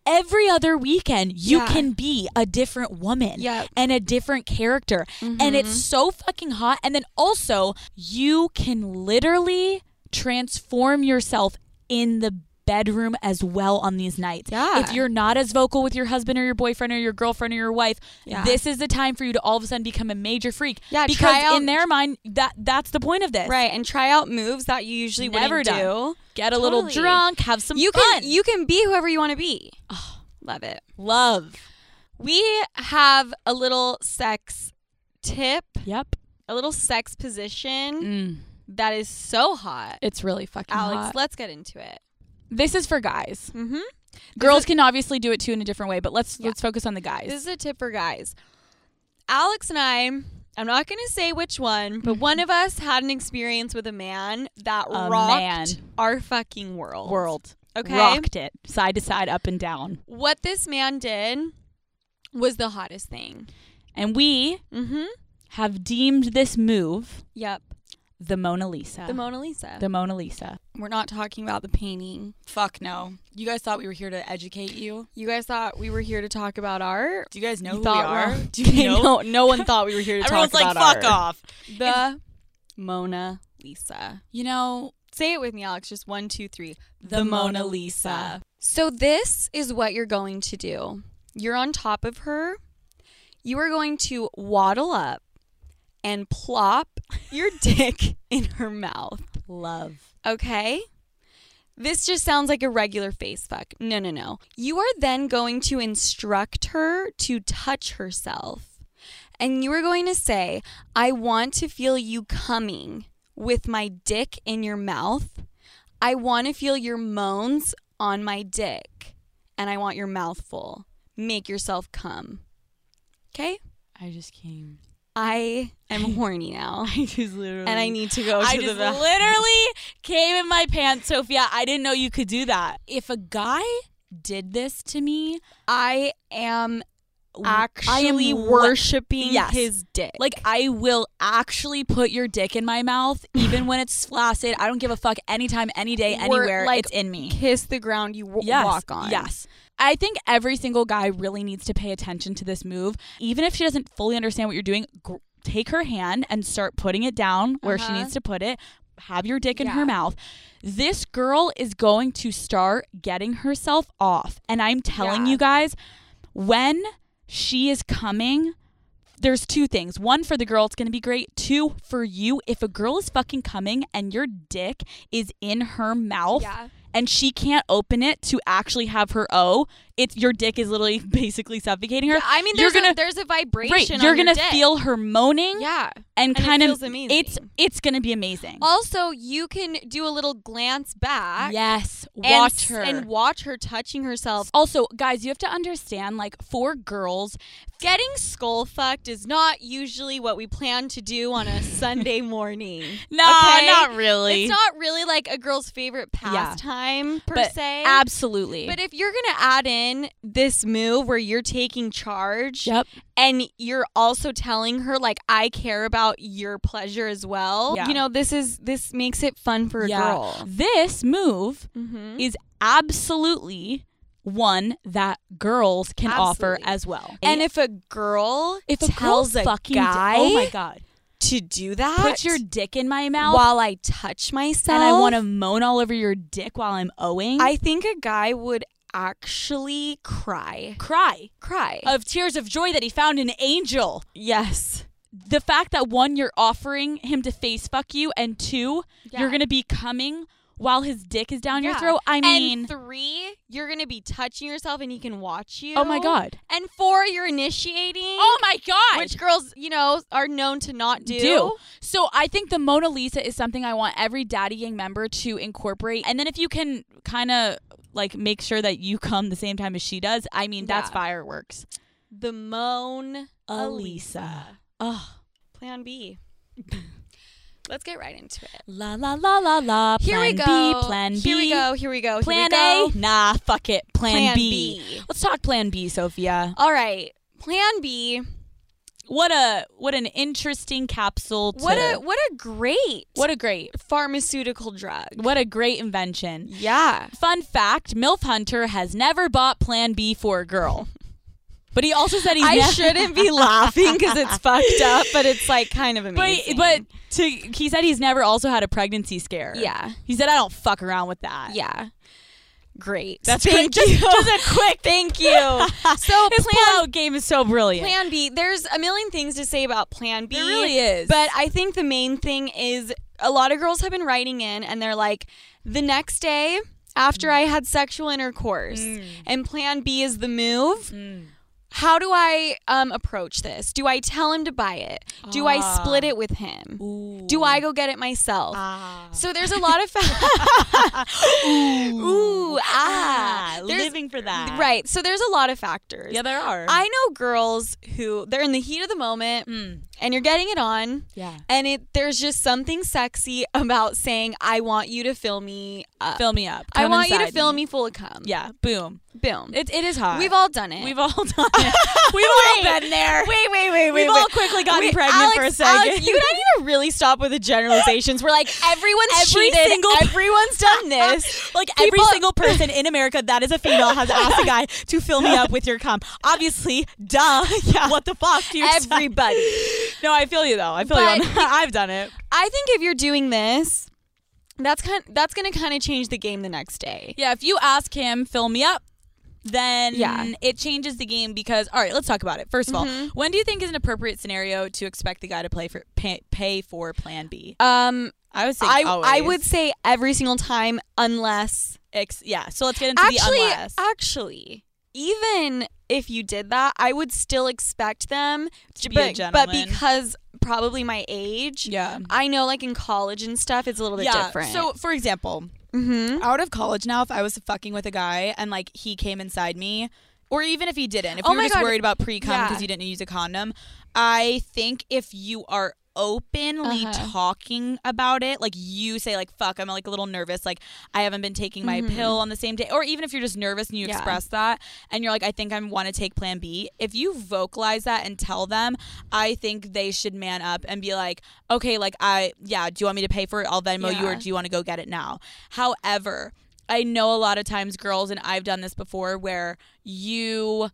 B: Every other weekend, you
C: Yeah.
B: can be a different woman
C: Yep. Mm-hmm.
B: and a different character. And it's so fucking hot. And then also, you can literally transform yourself in the bedroom as well on these nights.
C: Yeah.
B: If you're not as vocal with your husband or your boyfriend or your girlfriend or your wife,
C: Yeah.
B: this is the time for you to all of a sudden become a major freak.
C: Yeah,
B: Because
C: try out-
B: in their mind, that that's the point of this.
C: Right, and try out moves that you usually
B: Never
C: wouldn't
B: done.
C: do.
B: Get a little
C: Totally.
B: drunk, have some
C: You
B: fun.
C: can you can be whoever you want to be. Love it.
B: love.
C: We have a little sex tip,
B: Yep.
C: a little sex position that is so hot.
B: Mm. It's really fucking
C: Alex,
B: hot.
C: let's get into it.
B: This is for guys.
C: Mm-hmm.
B: Girls can obviously do it too in a different way, but let's
C: Yeah.
B: let's focus on the guys.
C: This is a tip for guys. Alex and I, I'm not going to say which one, but one of us had an experience with a man that
B: A
C: rocked
B: man.
C: our fucking world.
B: world.
C: Okay.
B: Rocked it side to side, up and down.
C: What this man did was the hottest thing.
B: And we
C: Mm hmm.
B: have deemed this move
C: Yep.
B: the Mona Lisa.
C: The Mona Lisa.
B: the Mona Lisa.
C: We're not talking about the painting.
D: Fuck no. You guys thought we were here to educate you?
C: You guys thought we were here to talk about art?
D: Do you guys know
C: You
D: who we
C: thought
D: are?
C: we're-
D: Do you know?
C: no, no one thought we were here to
D: Everyone's
C: talk
D: like,
C: about
D: fuck
C: art.
D: off.
C: The Mona Lisa.
D: You know,
C: Say it with me, Alex. Just one, two, three.
D: the, Mona Lisa.
C: So, this is what you're going to do you're on top of her. You are going to waddle up and plop your dick in her mouth.
B: Love.
C: Okay? This just sounds like a regular face fuck. No, no, no. You are then going to instruct her to touch herself. And you are going to say, I want to feel you coming with my dick in your mouth. I want to feel your moans on my dick. And I want your mouth full. Make yourself come. Okay?
B: I just came.
C: I am horny now.
B: I just literally.
C: And I need to go to
B: I
C: the
B: just
C: bathroom.
B: literally came in my pants, Sophia. I didn't know you could do that. If a guy did this to me,
C: I am actually
B: I am wor-
C: worshiping
B: Yes.
C: his dick.
B: Like I will actually put your dick in my mouth, even when it's flaccid. I don't give a fuck. Anytime, any day,
C: Wor-
B: anywhere,
C: like,
B: it's in me.
C: kiss the ground you w-
B: Yes,
C: walk on.
B: Yes. I think every single guy really needs to pay attention to this move, even if she doesn't fully understand what you're doing. Gr- take her hand and start putting it down where she
C: Uh-huh.
B: needs to put it. Have your dick in
C: Yeah.
B: her mouth. This girl is going to start getting herself off, and I'm telling
C: Yeah.
B: you guys, when she is coming. There's two things. One for the girl, it's gonna be great. Two for you. If a girl is fucking coming and your dick is in her mouth,
C: Yeah.
B: and she can't open it to actually have her O, it's your dick is literally basically suffocating her.
C: Yeah, I mean,
B: You're
C: there's
B: gonna-
C: a, there's a vibration.
B: Right,
C: on
B: you're
C: your
B: gonna
C: dick.
B: feel her moaning
C: Yeah.
B: and,
C: and it
B: kind
C: feels
B: of
C: amazing.
B: it's it's gonna be amazing.
C: Also, you can do a little glance back.
B: yes,
C: and
B: watch
C: s-
B: her.
C: and watch her touching herself.
B: also, guys, you have to understand, like for girls,
C: Getting skull fucked is not usually what we plan to do on a Sunday morning. okay?
B: really.
C: It's not really like a girl's favorite pastime per
B: but
C: se.
B: absolutely.
C: but if you're gonna add in this move where you're taking charge
B: yep.
C: and you're also telling her like I care about your pleasure as well,
B: Yeah.
C: you know this is this makes it fun for a
B: Yeah.
C: girl.
B: This move
C: Mm-hmm.
B: is absolutely one that girls can offer
C: Absolutely.
B: as well.
C: And if a girl
B: if a
C: tells
B: girl
C: a
B: fucking
C: guy
B: oh my god,
C: to do that,
B: put your dick in my mouth
C: while I touch myself,
B: and I want to moan all over your dick while I'm owing.
C: I think a guy would actually cry,
B: cry
C: cry.
B: of tears of joy that he found an angel.
C: yes,
B: The fact that one, you're offering him to face fuck you, and two, you're
C: Yeah.
B: gonna be coming while his dick is down your
C: Yeah.
B: throat. I mean,
C: and three, you're gonna be touching yourself, and he can watch you.
B: oh my god,
C: And four, you're initiating.
B: oh my god,
C: which girls, you know, are known to not do.
B: So I think the Mona Lisa is something I want every Daddy Yang member to incorporate. And then if you can kind of like make sure that you come the same time as she does, I mean that's
C: Yeah.
B: fireworks.
C: The moan,
B: Elisa. Oh,
C: Plan B. Let's get right into it.
B: la la la la la.
C: Here we
B: Plan
C: go.
B: B, plan B.
C: Here we go. Oh, Here we go.
B: Plan
C: here we
B: A.
C: go.
B: Nah, fuck it. Plan,
C: Plan
B: B.
C: B.
B: Let's talk Plan B, Sophia.
C: All right. Plan B.
B: What a what an interesting capsule. To,
C: What a what a great
B: what a great
C: pharmaceutical drug.
B: what a great invention.
C: Yeah.
B: Fun fact: MILF Hunter has never bought Plan B for a girl. But he also said he's
C: I
B: never-
C: shouldn't be laughing because it's fucked up, but it's like kind of
B: But
C: amazing.
B: but to he said he's never also had a pregnancy scare.
C: yeah,
B: He said I don't fuck around with that.
C: yeah, great.
B: That's
C: thank
B: great. Just-
C: you.
B: just a quick-
C: thank you. So
B: His
C: plan
B: pullout game is so brilliant.
C: Plan B. There's a million things to say about Plan B.
B: There really is.
C: But I think the main thing is a lot of girls have been writing in and they're like, the next day
B: Mm.
C: after I had sexual intercourse and Plan B is the move.
B: Mm.
C: How do I um, approach this? Do I tell him to buy it? Do I split
B: Ah.
C: it with him? Do I go get it myself?
B: Ah.
C: So there's a lot of fa- ooh, ah, There's-
B: living for that.
C: right. So there's a lot of factors.
B: Yeah, there are.
C: I know girls who they're in the heat of the moment mm,
B: Hmm.
C: and you're getting it on.
B: Yeah.
C: And it there's just something sexy about saying, I want you to fill me up.
B: Fill me up.
C: I
B: Come
C: want you to
B: inside
C: fill me full of cum.
B: Yeah. Boom.
C: Boom.
B: It, it is hot.
C: We've all done it.
B: we've all done it. We've all been there.
C: Wait, wait, wait, wait.
B: We've
C: wait.
B: all quickly gotten
C: Wait,
B: pregnant
C: Alex,
B: for a second.
C: Alex, you and I need to really stop with the generalizations. We're like, everyone's
B: Every
C: cheated.
B: single-
C: everyone's done this.
B: Uh, like every
C: People-
B: single person in America that is a female has asked a guy to fill me up with your cum. Obviously, duh. What the fuck? Do you expect?
C: Everybody.
B: No, I feel you though. I feel
C: But-
B: you. On that. I've done it.
C: I think if you're doing this, that's kind that's gonna kind of change the game the next day.
B: Yeah, if you ask him, fill me up, then
C: Yeah.
B: it changes the game because all right, let's talk about it. First of all, when do you think is an appropriate scenario to expect the guy to play for pay, pay for Plan B?
C: Um,
B: I would say
C: I
B: always.
C: I would say every single time, unless
B: Ex- yeah. So let's get into
C: actually,
B: the unless.
C: actually, even if you did that, I would still expect them
B: To be a
C: but, but
B: gentleman.
C: because probably my age,
B: yeah.
C: I know like in college and stuff, it's a little bit
B: Yeah.
C: different.
B: So for example,
C: Mhm.
B: out of college now, if I was fucking with a guy and like he came inside me, or even if he didn't, if
C: Oh
B: we were
C: my
B: just
C: God.
B: worried about pre cum
C: Yeah.
B: because you didn't use a condom, I think if you are openly
C: Uh-huh.
B: talking about it, like you say, like "fuck," I'm like a little nervous, like I haven't been taking my
C: Mhm.
B: pill on the same day, or even if you're just nervous and you
C: Yeah.
B: express that, and you're like, "I think I want to take Plan B." If you vocalize that and tell them, I think they should man up and be like, "Okay, like I, yeah, do you want me to pay for it? I'll Venmo you, or
C: Yeah.
B: do you want to go get it now?" However, I know a lot of times girls, and I've done this before, where you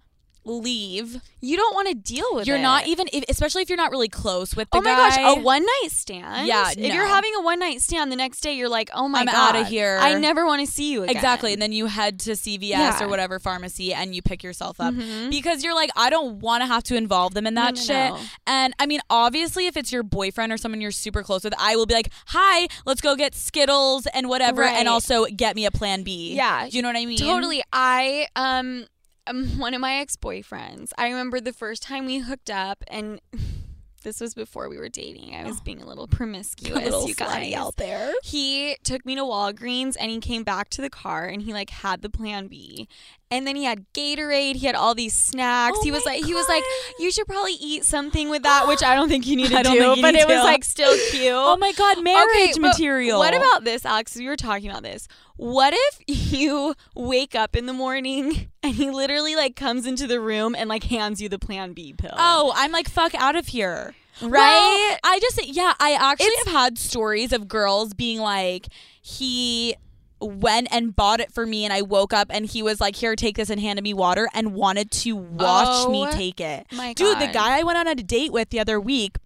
B: leave
C: You don't want to deal with
B: you're
C: it.
B: not even, if, especially if you're not really close with the
C: oh my
B: guy.
C: gosh, a one night stand.
B: Yeah,
C: If you're
B: no.
C: having a one night stand, the next day you're like, oh my
B: I'm
C: god,
B: outta here.
C: I never want to see you again.
B: exactly, and then you head to CVS
C: Yeah.
B: or whatever pharmacy and you pick yourself up
C: Mhm.
B: because you're like, I don't want to have to involve them in that
C: no,
B: shit.
C: no.
B: And I mean, obviously, if it's your boyfriend or someone you're super close with, I will be like, hi, let's go get Skittles and whatever,
C: Right.
B: and also get me a Plan B.
C: Yeah.
B: do you know what I mean?
C: Totally. I um, um one of my ex-boyfriends. I remember the first time we hooked up and this was before we were dating. I was
B: Oh.
C: being a little promiscuous, you guys.
B: there.
C: He took me to Walgreens and he came back to the car and he like had the plan B. And then he had Gatorade, he had all these snacks.
B: Oh
C: he was
B: my
C: like he was like,
B: God.
C: You should probably eat something with that, which I don't think you need to
B: I don't
C: do.
B: think you
C: but
B: need
C: it was
B: to.
C: like still cute.
B: Oh my god, marriage
C: Okay, but
B: material.
C: What about this, Alex? We were talking about this. What if you wake up in the morning and he literally like comes into the room and like hands you the Plan B pill?
B: Oh, I'm like, fuck out of here. Right?
C: Right?
B: I just, yeah, I actually have had stories of girls being like, he went and bought it for me and I woke up and he was like, here, take this and handed me water and wanted to watch me
C: Oh,
B: take it.
C: my
B: Dude, the
C: God.
B: guy I went on a date with the other week,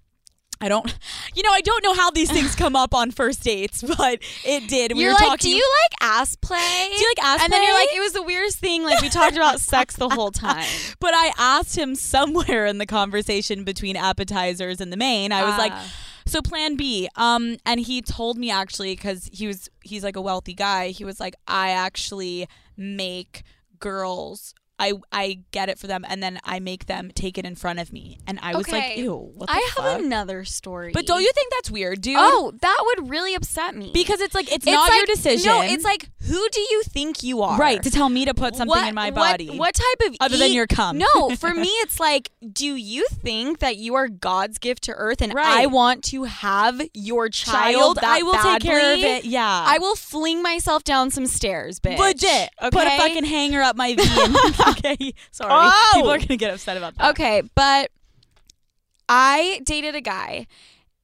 B: I don't, you know, I don't know how these things come up on first dates, but it did. We
C: you're
B: were
C: like,
B: talking.
C: do you like ass play?
B: do you like ass
C: and then you're
B: play?
C: like, it was the weirdest thing. Like we talked about sex the whole time.
B: But I asked him somewhere in the conversation between appetizers and the main. I was like,
C: Ah.
B: so plan B. Um, and he told me actually because he was he's like a wealthy guy. He was like, I actually make girls. I, I get it for them and then I make them take it in front of me. And I was like,
C: Okay.
B: ew, what the
C: I have
B: fuck?
C: another story.
B: But don't you think that's weird, dude?
C: Oh, that would really upset me.
B: Because it's like it's, not your
C: like-
B: decision.
C: No, it's like who do you think you are?
B: right to tell me to put something in my body.
C: What, type of
B: Other than
C: eat-
B: your cum.
C: No, for me it's like, do you think that you are God's gift to earth and
B: Right.
C: I want to have your child?
B: child?
C: that
B: I will take care of
C: badly?
B: it. Yeah,
C: I will fling myself down some stairs, bitch.
B: Legit. Put a
C: Okay?
B: fucking hanger up my V. and- okay. Sorry.
C: Oh!
B: People are going to get upset about that.
C: Okay, but I dated a guy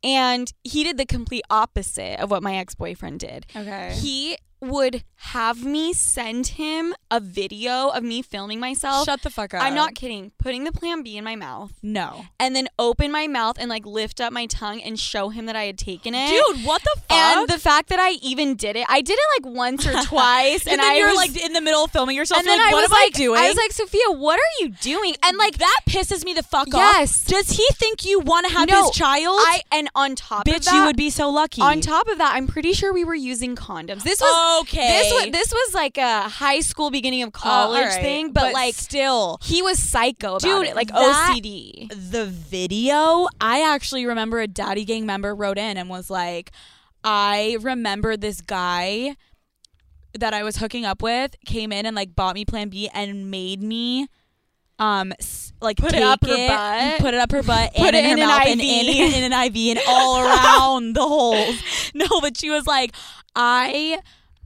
C: and he did the complete opposite of what my ex-boyfriend did.
D: Okay.
C: He would have me send him a video of me filming myself.
B: Shut the fuck up.
C: I'm not kidding. Putting the plan B in my mouth
B: No.
C: and then open my mouth and like lift up my tongue and show him that I had taken it.
B: Dude, what the fuck?
C: and the fact that I even did it, I did it like once or twice, and,
B: then
C: I
B: you're
C: was,
B: like in the middle of filming yourself.
C: and
B: you're
C: then
B: like,
C: I
B: what
C: was
B: am
C: like,
B: I doing?
C: I was like, Sophia, what are you doing? And like
B: that pisses me the fuck
C: Yes.
B: off. Does he think you want to have
C: No,
B: his child?
C: I and on top of
B: Bitch,
C: that,
B: you would be so lucky.
C: on top of that, I'm pretty sure we were using condoms. This was
B: okay.
C: this was this was like a high school, beginning of
B: Oh, all
C: college
B: right.
C: thing, but, like
B: still.
C: he was psycho about
B: Dude,
C: it, like
B: that-
C: OCD.
B: the video, I actually remember a Daddy Gang member wrote in and was like, I remember this guy that I was hooking up with came in and like bought me Plan B and made me um s- like
C: Put it
B: take
C: up her
B: it,
C: butt.
B: put it up her butt
C: Put
B: and
C: it
B: in her
C: in an
B: mouth and in,
C: IV.
B: in an IV and all around the holes. No, but she was like, I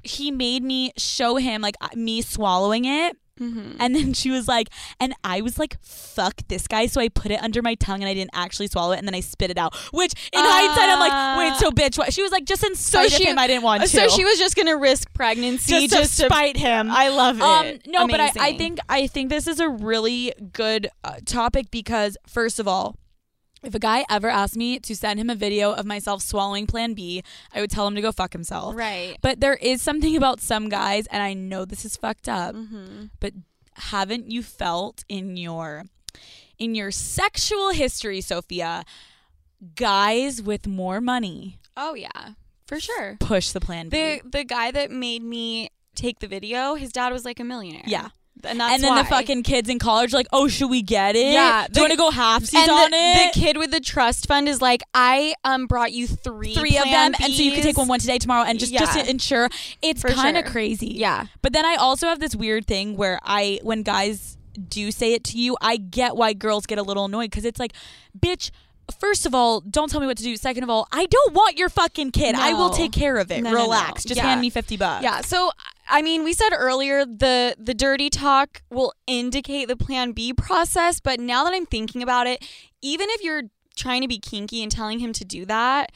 B: he made me show him like me swallowing it
C: Mhm.
B: and then she was like, and I was like, fuck this guy. So I put it under my tongue and I didn't actually swallow it. And then I spit it out, which in hindsight, I'm like, wait, so bitch, what? She was like, just in spite
C: Ah. she-
B: of him, I didn't want to.
C: So she was just gonna risk pregnancy
B: just,
C: just,
B: to spite him.
C: I love it.
B: Um, no, but I, I
C: Amazing.
B: think I think this is a really good uh, topic because first of all, if a guy ever asked me to send him a video of myself swallowing Plan B, I would tell him to go fuck himself.
C: right.
B: But there is something about some guys, and I know this is fucked up,
C: Mm-hmm.
B: but haven't you felt in your in your sexual history, Sophia, guys with more money
C: Oh yeah, for sure.
B: push the plan B?
C: The the guy that made me take the video, his dad was like a millionaire.
B: yeah.
C: and that's
B: and then
C: why.
B: the fucking kids in college are like, oh, should we get it?
C: Yeah,
B: Do you
C: the-
B: want to go halfsies
C: and the,
B: on it?
C: the kid with the trust fund is like, I um brought you three
B: Three of
C: Plan
B: them, and so you can take
C: Bs.
B: one one today, tomorrow, and just just
C: Yeah.
B: to ensure it's
C: For
B: kind of
C: sure.
B: crazy.
C: Yeah,
B: But then I also have this weird thing where I, when guys do say it to you, I get why girls get a little annoyed because it's like, bitch, first of all, don't tell me what to do. Second of all, I don't want your fucking kid. I will
C: No.
B: take care of it.
C: No, no, no.
B: Relax. Just
C: Yeah.
B: hand me 50 bucks.
C: Yeah. So I mean, we said earlier the the dirty talk will indicate the plan B process, but now that I'm thinking about it, even if you're trying to be kinky and telling him to do that,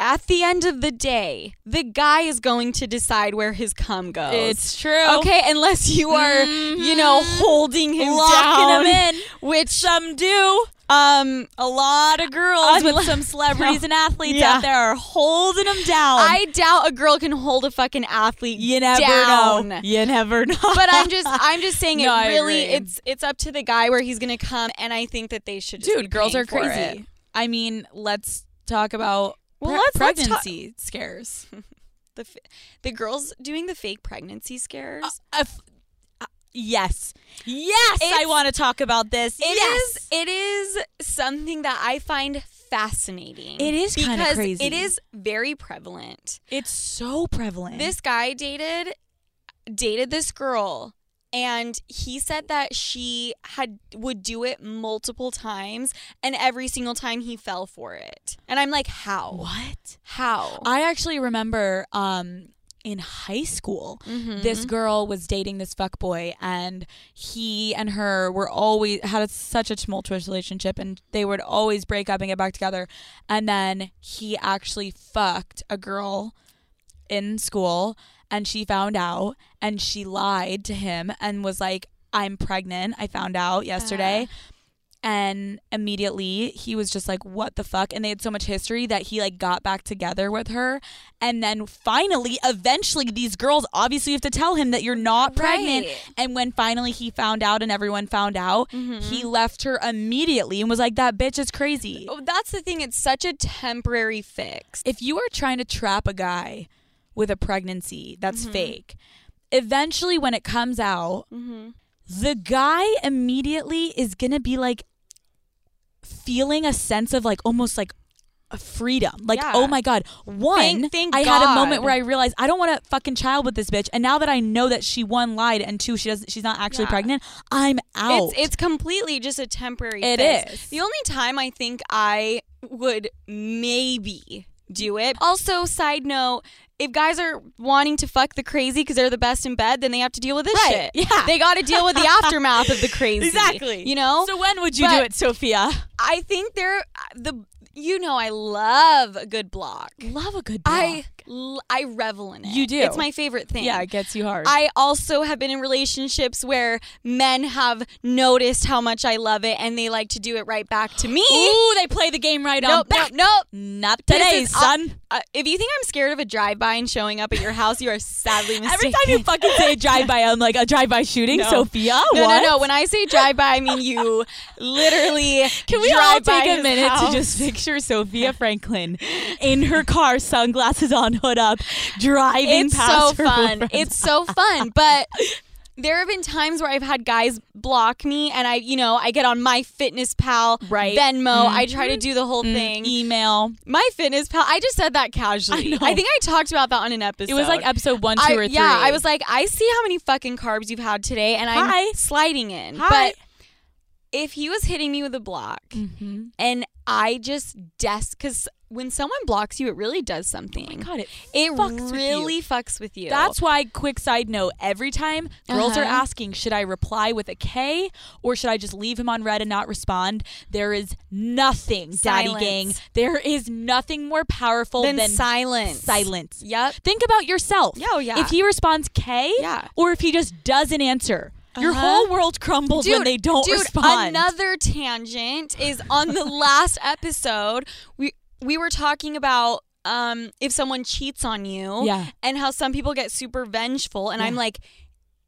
C: at the end of the day, the guy is going to decide where his cum
B: Oh.
C: goes.
B: It's true.
C: okay, unless you are, you know, holding mm-hmm. him down,
B: Locking them in.
C: which
B: Some do.
C: um
B: A lot of girls with
C: Unless-
B: some celebrities and athletes
C: Yeah.
B: out there are holding them down.
C: I doubt a girl can hold a fucking athlete
B: you never
C: down.
B: know. You never know.
C: but I'm just I'm just saying
B: No, I
C: it really
B: agree.
C: it's it's up to the guy where he's gonna come and I think that they should just be
B: dude, girls
C: paying
B: are
C: for
B: crazy.
C: it.
B: I mean, let's talk about
C: Well,
B: pre-
C: let's- let's talk-
B: pregnancy scares.
C: The f- the girls doing the fake pregnancy scares.
B: Uh, if- uh, yes, yes, I
C: It's-
B: want to talk about this.
C: It is
B: yes.
C: it is something that I find fascinating.
B: It is kinda
C: because
B: crazy.
C: It is very prevalent.
B: It's so prevalent.
C: This guy dated dated this girl and he said that she had would do it multiple times and every single time he fell for it. And I'm like, how?
B: what?
C: How?
B: I actually remember um in high school this girl was dating this fuck boy and he and her were always had a, such a tumultuous relationship and they would always break up and get back together and then he actually fucked a girl in school and she found out and she lied to him and was like I'm pregnant I found out yesterday and immediately he was just like what the fuck and they had so much history that he like got back together with her and then finally eventually these girls obviously have to tell him that you're not pregnant
C: Right. Mm-hmm.
B: and when finally he found out and everyone found out he left her immediately and was like that bitch is crazy
C: Oh, that's the thing. It's such a temporary fix.
B: if you are trying to trap a guy with a pregnancy that's
C: Mm-hmm.
B: fake eventually when it comes out the guy immediately is gonna be like feeling a sense of like almost like a freedom like
C: Yeah.
B: oh my god one
C: Thank- thank
B: i had a moment
C: God.
B: where i realized i don't want a fucking child with this bitch and now that i know that she one lied and two she doesn't she's not actually
C: Yeah.
B: pregnant i'm out
C: It's it's completely just a temporary.
B: It
C: fix.
B: is.
C: the only time I think I would maybe do it. Also, side note. If guys are wanting to fuck the crazy because they're the best in bed, then they have to deal with this
B: Right.
C: shit.
B: Yeah.
C: they got to deal with the aftermath of the crazy. You know.
B: so when would you do
C: But-
B: it sophia
C: I think they're the. You know, I love a good block.
B: love a good
C: I l- I revel in it.
B: You do.
C: It's my favorite thing.
B: yeah it gets you hard
C: I also have been in relationships where men have noticed how much I love it and they like to do it right back to me.
B: Ooh, they play the game right on
C: nope,
B: back.
C: nope, nope.
B: Not
C: This
B: today,
C: is-
B: son.
C: Uh, if you think I'm scared of a drive by and showing up at your house, you are sadly mistaken.
B: Every time you fucking say a drive-by, I'm like a drive-by shooting,
C: No.
B: Sophia.
C: no,
B: what?
C: no, no. When I say drive by, I mean you literally.
B: Can we all
C: drive by
B: take a
C: his
B: minute
C: house.
B: to just picture Sophia Franklin in her car, sunglasses on, hood up, driving
C: It's so
B: past her
C: fun.
B: boyfriend?
C: It's so fun, but. There have been times where I've had guys block me, and I, you know, I get on my Fitness Pal,
B: Right. Mm-hmm.
C: Venmo. I try to do the whole thing.
B: email.
C: My fitness pal. I just said that casually.
B: I
C: I,
B: know.
C: think I talked about that on an episode.
B: It was like episode one, two,
C: I-
B: or three.
C: Yeah, I was like, I see how many fucking carbs you've had today, and I'm
B: Hi.
C: sliding in.
B: Hi.
C: But if he was hitting me with a block,
B: Mhm.
C: and I just des because when someone blocks you, it really does something.
B: Oh God, it
C: it
B: fucks with you.
C: really fucks with you.
B: That's why, quick side note, every time girls are
C: Uh-huh.
B: asking, should I reply with a K or should I just leave him on red and not respond? There is nothing, Daddy
C: Silence.
B: Gang. There is nothing more powerful
C: then
B: than
C: silence.
B: silence.
C: Yep.
B: Think about yourself.
C: Yeah, oh, yeah.
B: If he responds K
C: Yeah.
B: or if he just doesn't answer, your
C: Uh-huh.
B: whole world crumbles when they don't
C: dude,
B: respond.
C: Another tangent is on the last episode. We we were talking about um if someone cheats on you,
B: Yeah.
C: and how some people get super vengeful, and I'm
B: Yeah.
C: like,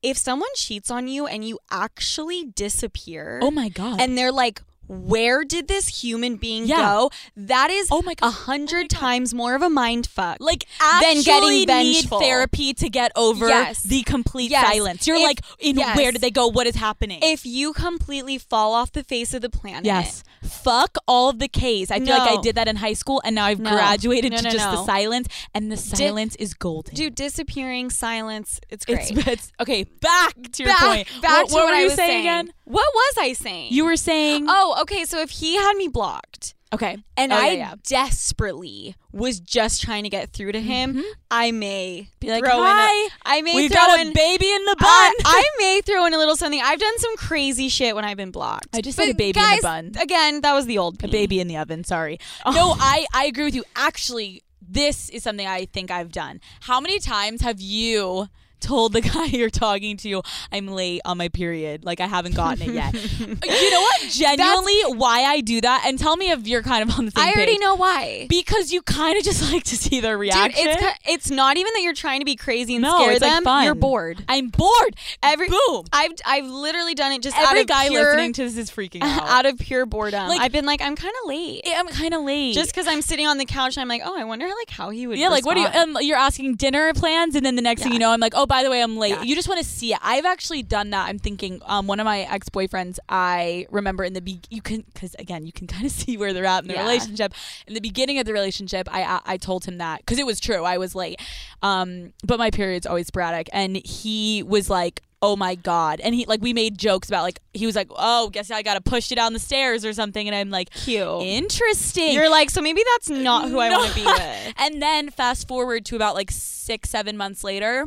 C: if someone cheats on you and you actually disappear,
B: oh my God.
C: and they're like. Where did this human being
B: Yeah.
C: go? That is
B: Oh my God.
C: a hundred times more of a mind fuck.
B: like
C: Than
B: actually
C: getting
B: need
C: vengeful.
B: therapy to get over
C: Yes.
B: the complete
C: Yes.
B: silence. You're
C: If-
B: like, in
C: yes.
B: where did they go? What is happening?
C: if you completely fall off the face of the planet,
B: Yes. Fuck all of the K's. I feel like I
C: No.
B: did that in high school and now I've
C: No.
B: graduated
C: No,
B: to
C: no,
B: just the
C: no.
B: silence and the silence is golden.
C: dude, disappearing, silence, it's great.
B: it's, it's okay, back to your
C: back,
B: point.
C: Back
B: what,
C: to
B: what
C: what
B: were
C: I
B: you
C: was
B: saying
C: saying
B: again?
C: What was I saying?
B: You were saying
C: Oh, No, okay, so if he had me blocked
B: Okay.
C: and
B: Oh, yeah,
C: I
B: yeah.
C: desperately was just trying to get through to him, I may
B: Mm-hmm. Be like,
C: throw in
B: "Hi,
C: a, I may
B: We've
C: throw
B: got
C: in
B: a baby in the bun.
C: I, I may throw in a little something. I've done some crazy shit when I've been blocked.
B: I just
C: But
B: said a baby in a
C: guys,
B: bun.
C: Again, that was the old
B: a
C: me.
B: baby in the oven. Sorry. Oh. No, I I agree with you. Actually, this is something I think I've done. How many times have you told the guy you're talking to, "I'm late on my period, like I haven't gotten it yet"? you know what? Genuinely, why I do that, and tell me if you're kind of on the same.
C: I already
B: page.
C: know why.
B: because you kind of just like to see their
C: Dude,
B: reaction.
C: it's ki- it's not even that you're trying to be crazy and
B: No,
C: scare
B: it's, like,
C: them. You're
B: fun.
C: bored.
B: I'm bored.
C: Every
B: Boom.
C: I've I've literally done it just out
B: Every
C: of
B: guy
C: pure,
B: listening to this is freaking out.
C: out of pure boredom.
B: Like-
C: I've been like, I'm kind of late.
B: I'm kind of late.
C: just because I'm sitting on the couch, and I'm like, oh, I wonder like how he would.
B: Yeah, like what are you?
C: respond.
B: Um, you're asking dinner plans, and then the next thing you know, I'm like, oh, by the way, I'm late. You just want to see it. I've actually done that. I'm thinking, um, one of my ex boyfriends, I remember in the be, you can, because again, you can kind of see where they're at in the
C: Yeah.
B: relationship. In the beginning of the relationship, I I, I told him that because it was true. I was late, um, but my period's always sporadic, and he was like. Oh my god! And he like we made jokes about like he was like, "Oh, guess I gotta push you down the stairs or something," and I'm like,
C: cute.
B: "Interesting."
C: You're like, so maybe that's not who I
B: No.
C: want to be with.
B: And then fast forward to about like six, seven months later,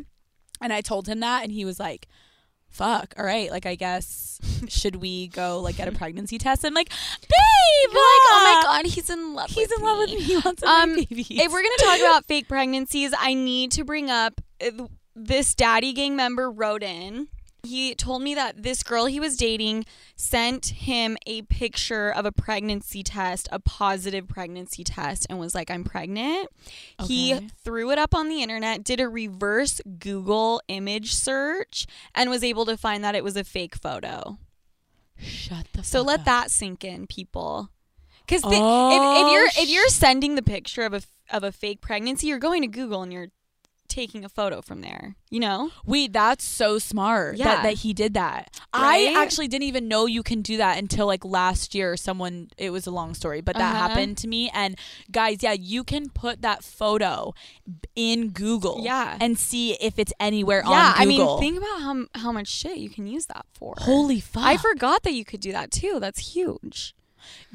B: and I told him that, and he was like, "Fuck, all right, like I guess should we go like get a pregnancy test?" I'm like,
C: You're
B: "Babe,
C: like, oh my god, he's in love.
B: he's in love with me. He wants a
C: Um,
B: baby."
C: If we're gonna talk about fake pregnancies, I need to bring up uh, th- this daddy gang member wrote in. He told me that this girl he was dating sent him a picture of a pregnancy test, a positive pregnancy test, and was like, I'm pregnant.
B: Okay.
C: He threw it up on the internet, did a reverse Google image search, and was able to find that it was a fake photo.
B: shut the
C: So
B: fuck
C: let
B: up.
C: that sink in, people. Because if,
B: Oh,
C: if you're
B: sh-
C: if you're sending the picture of a f- of a fake pregnancy, you're going to Google and you're taking a photo from there. You know?
B: Wait, that's so smart that,
C: Yeah.
B: that he did that.
C: Right?
B: I actually didn't even know you can do that until like last year. Someone, it was a long story, but that
C: Uh-huh.
B: happened to me. And guys, yeah, you can put that photo in Google
C: Yeah.
B: and see if it's anywhere
C: yeah. I
B: on Google.
C: mean, think about how m- how much shit you can use that for.
B: Holy fuck.
C: I forgot that you could do that too. That's huge.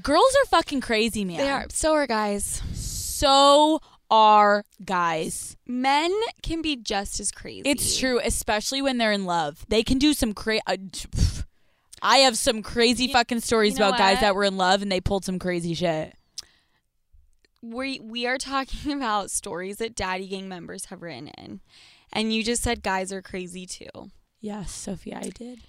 B: Girls are fucking crazy, man.
C: They are. So are guys.
B: So are guys.
C: Men can be just as crazy.
B: It's true, especially when they're in love. They can do some crazy. I have some crazy
C: You-
B: fucking stories
C: you know
B: about guys
C: what?
B: that were in love and they pulled some crazy shit.
C: we we are talking about stories that daddy gang members have written in, and you just said guys are crazy too.
B: Yes, Sophie, I did.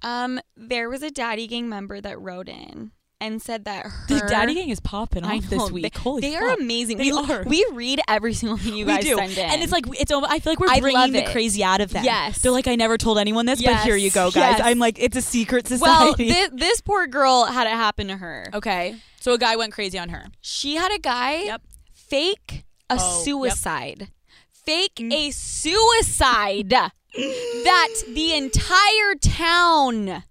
C: Um, there was a daddy gang member that wrote in and said that her
B: The daddy gang is popping
C: I
B: off
C: know,
B: this week.
C: They,
B: Holy
C: they
B: fuck.
C: are amazing. we
B: They are.
C: we read every single thing you
B: We
C: guys
B: do.
C: send in,
B: and it's like it's. almo- I feel like we're
C: I
B: bringing
C: love
B: the
C: it.
B: crazy out of them.
C: Yes.
B: they're like I never told anyone this, but here you
C: Yes.
B: go, guys.
C: Yes.
B: I'm like it's a secret
C: well,
B: society. Oh.
C: thi- this poor girl had it happen to her.
B: okay, so a guy went crazy on her.
C: She had a guy
B: Yep.
C: fake a
B: Oh, yep. Mm.
C: suicide, fake a suicide that the entire town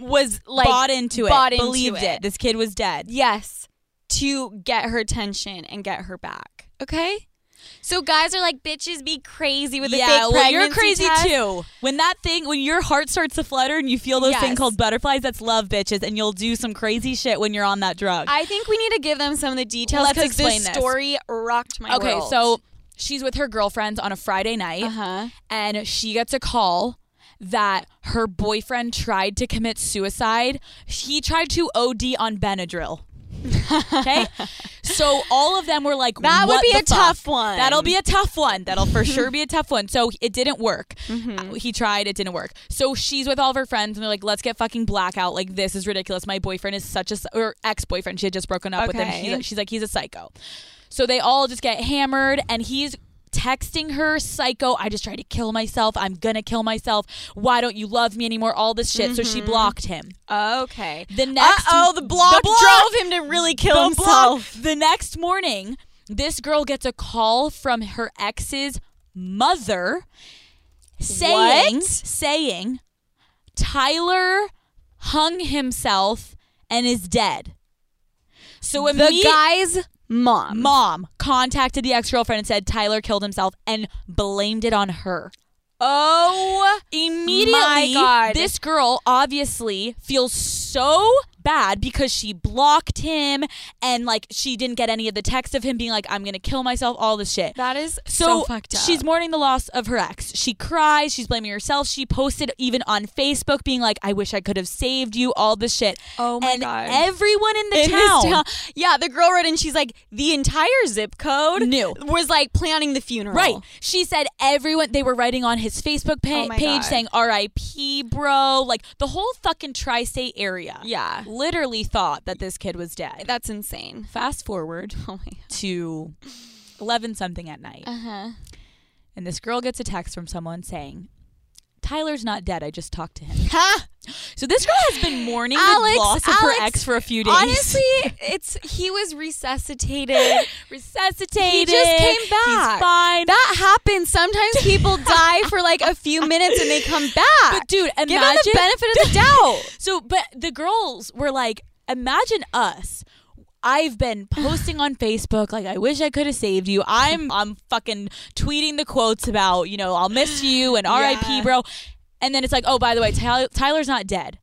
C: was like
B: bought into it.
C: bought into
B: believed it.
C: it.
B: This kid was dead.
C: Yes, to get her attention and get her back. Okay. So guys are like bitches be crazy with a fake
B: yeah, well, you're
C: pregnancy
B: crazy
C: test."
B: too. When that thing, when your heart starts to flutter and you feel those thing
C: Yes.
B: called butterflies, that's love, bitches, and you'll do some crazy shit when you're on that drug.
C: I think we need to give them some of the details
B: Let's
C: because
B: explain
C: this
B: this.
C: story rocked my
B: okay,
C: world.
B: so she's with her girlfriends on a Friday night.
C: uh huh.
B: and she gets a call that her boyfriend tried to commit suicide. He tried to OD on Benadryl. okay, so all of them were like,
C: That would
B: "What
C: be
B: the
C: a tough
B: fuck?"
C: one.
B: That'll be a tough one. That'll for sure be a tough one." So it didn't work.
C: Mm-hmm.
B: Uh, He tried, it didn't work. So she's with all of her friends, and they're like, "Let's get fucking blackout. Like this is ridiculous. My boyfriend is such a s- or ex boyfriend. She had just broken up with him.
C: Okay.
B: He's a- she's like, he's a psycho." So they all just get hammered, and he's texting her, psycho, I just tried to kill myself. I'm going to kill myself. Why don't you love me anymore? All this shit. So she blocked him.
C: Okay.
B: The next
C: oh, Mm-hmm. the block,
B: the block-
C: drove him to really kill
B: the block-
C: himself.
B: the next morning, this girl gets a call from her ex's mother saying
C: What?
B: saying Tyler hung himself and is dead. So
C: The
B: immediately
C: guy's mom.
B: mom contacted the ex-girlfriend and said Tyler killed himself and blamed it on her.
C: Oh,
B: Immediately,
C: My God.
B: this girl obviously feels so bad because she blocked him and like she didn't get any of the text of him being like, I'm gonna kill myself, all this shit.
C: That is
B: So,
C: so, fucked up.
B: she's mourning the loss of her ex. She cries. She's blaming herself. She posted even on Facebook, being like, "I wish I could have saved you." All this shit.
C: Oh my
B: and
C: God.
B: Everyone in the
C: in
B: town,
C: this town. Yeah, the girl wrote in. She's like, the entire zip code
B: Knew.
C: was like planning the funeral.
B: Right. She said everyone, they were writing on his Facebook pa-
C: Oh my
B: page
C: God.
B: saying RIP, bro. Like the whole fucking tri state area
C: Yeah.
B: literally thought that this kid was dead.
C: That's insane.
B: Fast forward
C: Oh my.
B: to 11 something at night,
C: Uh huh.
B: and this girl gets a text from someone saying, Tyler's not dead. I just talked to him.
C: Ha!
B: So this girl has been mourning
C: Alex-
B: the loss of
C: Alex,
B: her ex for a few days.
C: Honestly, it's he was resuscitated.
B: resuscitated.
C: He just came back.
B: He's fine.
C: that happens. Sometimes people die for like a few minutes and they come back.
B: but dude, imagine
C: Give them the benefit of the doubt.
B: So, but the girls were like, imagine us. I've been posting on Facebook like I wish I could have saved you. I'm I'm fucking tweeting the quotes about, you know, I'll miss you and RIP
C: Yeah.
B: bro. And then it's like, "Oh, by the way, Tyler, Tyler's not dead."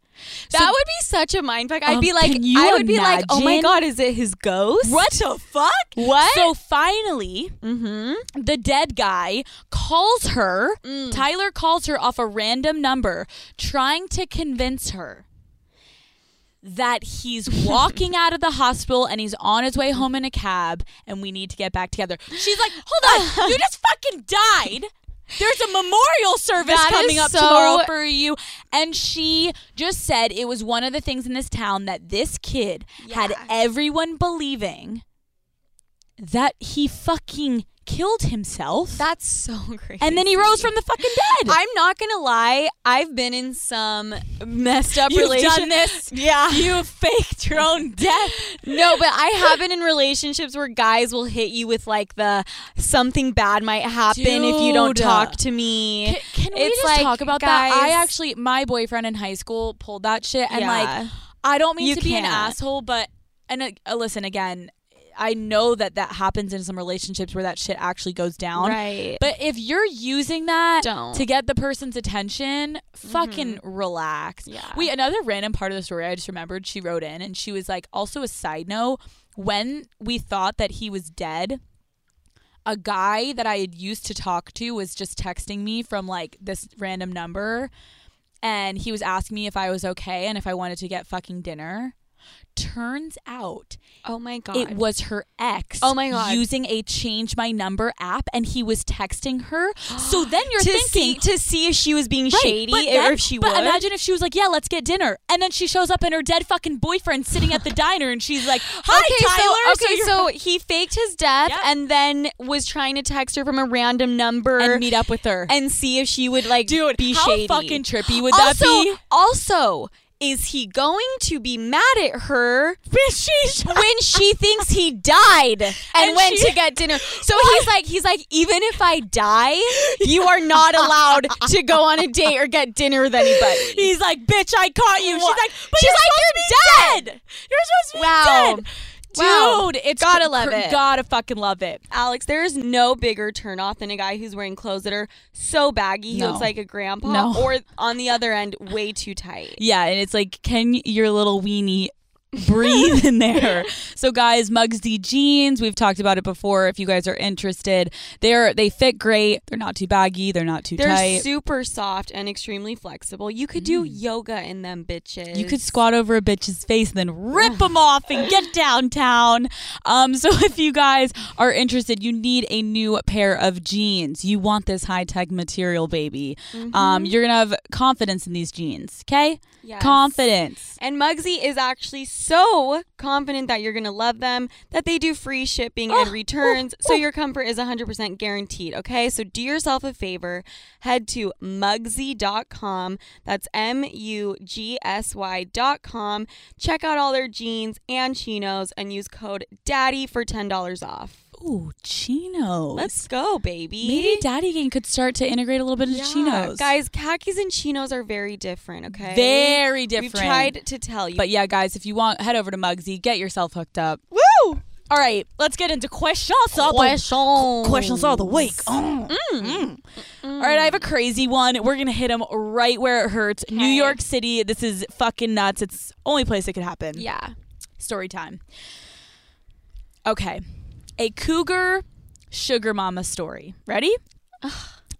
C: That would be such a mind fuck. I'd
B: Um,
C: be like,
B: can you
C: I would be like, oh my
B: imagine?
C: god, is it his ghost?
B: What the fuck?
C: What?
B: So finally,
C: mm-hmm.
B: the dead guy calls her.
C: Mm.
B: Tyler calls her off a random number, trying to convince her that he's walking out of the hospital and he's on his way home in a cab and we need to get back together. She's like, hold on, you just fucking died. There's a memorial service
C: That is
B: coming up
C: so-
B: tomorrow for you. And she just said it was one of the things in this town that this kid had
C: Yeah.
B: everyone believing that he fucking killed himself.
C: That's so crazy.
B: and then he rose from the fucking dead.
C: I'm not gonna lie, I've been in some messed up
B: You've
C: relationships.
B: done this.
C: Yeah.
B: You faked your own death.
C: No, but I have been in relationships where guys will hit you with like the something bad might happen if you don't
B: Dude.
C: talk to me.
B: Can, can we
C: It's
B: just
C: like,
B: talk about that?
C: guys-
B: I actually, my boyfriend in high school pulled that shit, and
C: Yeah.
B: like, I don't mean
C: You
B: to be an
C: can't.
B: asshole, but and uh, uh, listen again, I know that that happens in some relationships where that shit actually goes down.
C: Right.
B: But if you're using that
C: Don't.
B: to get the person's attention, fucking relax.
C: Mm-hmm. Yeah.
B: We another random part of the story I just remembered. She wrote in and she was like, also a side note, when we thought that he was dead, a guy that I had used to talk to was just texting me from like this random number and he was asking me if I was okay and if I wanted to get fucking dinner. Turns out
C: oh my god.
B: it was her ex.
C: Oh my God.
B: Using a change my number app, and he was texting her. so then you're
C: to see
B: thinking.
C: to see if she was being
B: right,
C: shady
B: but
C: or
B: then-
C: if she
B: but
C: would.
B: imagine if she was like, "Yeah, let's get dinner," and then she shows up and her dead fucking boyfriend sitting at the diner, and she's like, "Hi, Tyler."
C: So, okay,
B: you're-
C: so, he faked his death
B: Yeah.
C: and then was trying to text her from a random number
B: and meet up with her.
C: and see if she would like
B: Dude,
C: be
B: how
C: shady.
B: fucking trippy would that
C: also,
B: be?
C: also, is he going to be mad at her when she thinks he died and,
B: And
C: went
B: she-
C: to get dinner? So he's like, he's like, even if I die, you are not allowed to go on a date or get dinner with anybody.
B: He's like, "Bitch, I caught you."
C: What?
B: She's like, "But
C: She's
B: you're
C: like,
B: supposed to be dead. You're supposed to be
C: Wow.
B: dead."
C: Wow.
B: Dude, it's
C: Gotta
B: cr-
C: love
B: cr-
C: it.
B: Gotta fucking love it.
C: Alex, there is no bigger turnoff than a guy who's wearing clothes that are so baggy he
B: No.
C: looks like a grandpa,
B: No.
C: or on the other end, way too tight.
B: Yeah, and it's like, can your little weenie breathe in there? So, guys, Mugsy jeans. We've talked about it before. If you guys are interested, they're they fit great. They're not too baggy. They're not too
C: They're
B: tight.
C: super soft and extremely flexible. You could do yoga in them, bitches.
B: you could squat over a bitch's face and then rip them off and get downtown. Um, so if you guys are interested, you need a new pair of jeans. You want this high tech material, baby. Um, you're gonna have confidence in these jeans, okay?
C: Mm-hmm. Yes.
B: Confidence.
C: And Muggsy is actually so confident that you're going to love them that they do free shipping
B: Ah,
C: and returns. So your comfort is 100% guaranteed. Okay. So do yourself a favor. Head to mugsy.com. That's M U G S Y.com. Check out all their jeans and chinos and use code DADDY for $10 off.
B: Ooh, chinos.
C: Let's go, baby.
B: Maybe Daddy Gang could start to integrate a little bit of
C: Yeah.
B: chinos.
C: Guys, khakis and chinos are very different. Okay.
B: very different.
C: We've tried to tell you.
B: But yeah, guys, if you want, head over to Mugsy, get yourself hooked up.
C: woo!
B: All right, let's get into questions. of the-
C: Questions.
B: questions of the week. Oh. Mm. All right, I have a crazy one. We're gonna hit them right where it hurts. New York City. This is fucking nuts. It's only place it could happen.
C: Yeah.
B: Story time. Okay, a cougar sugar mama story. Ready?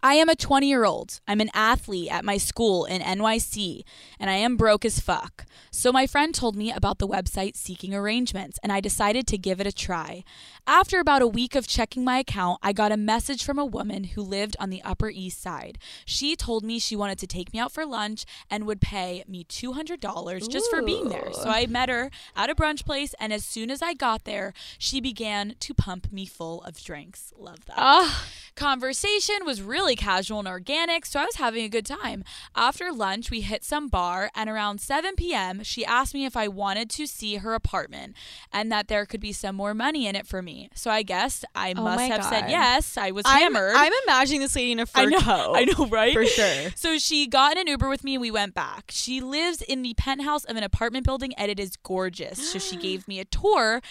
B: I am a 20 year old. I'm an athlete at my school in NYC, and I am broke as fuck. So, my friend told me about the website Seeking Arrangements, and I decided to give it a try. After about a week of checking my account, I got a message from a woman who lived on the Upper East Side. She told me she wanted to take me out for lunch and would pay me $200 just for being there. So, I met her at a brunch place, and as soon as I got there, she began to pump me full of drinks. Love that.
C: Ah.
B: Conversation was really casual and organic, so I was having a good time. After lunch, we hit some bar, and around 7 p.m., she asked me if I wanted to see her apartment and that there could be some more money in it for me. So I guess I must
C: Oh my
B: have said
C: God.
B: yes. I was
C: I'm,
B: hammered.
C: I'm imagining this lady in a fur
B: I know.
C: coat.
B: I know, right?
C: For sure.
B: So she got in an Uber with me and we went back. She lives in the penthouse of an apartment building and it is gorgeous. So she gave me a tour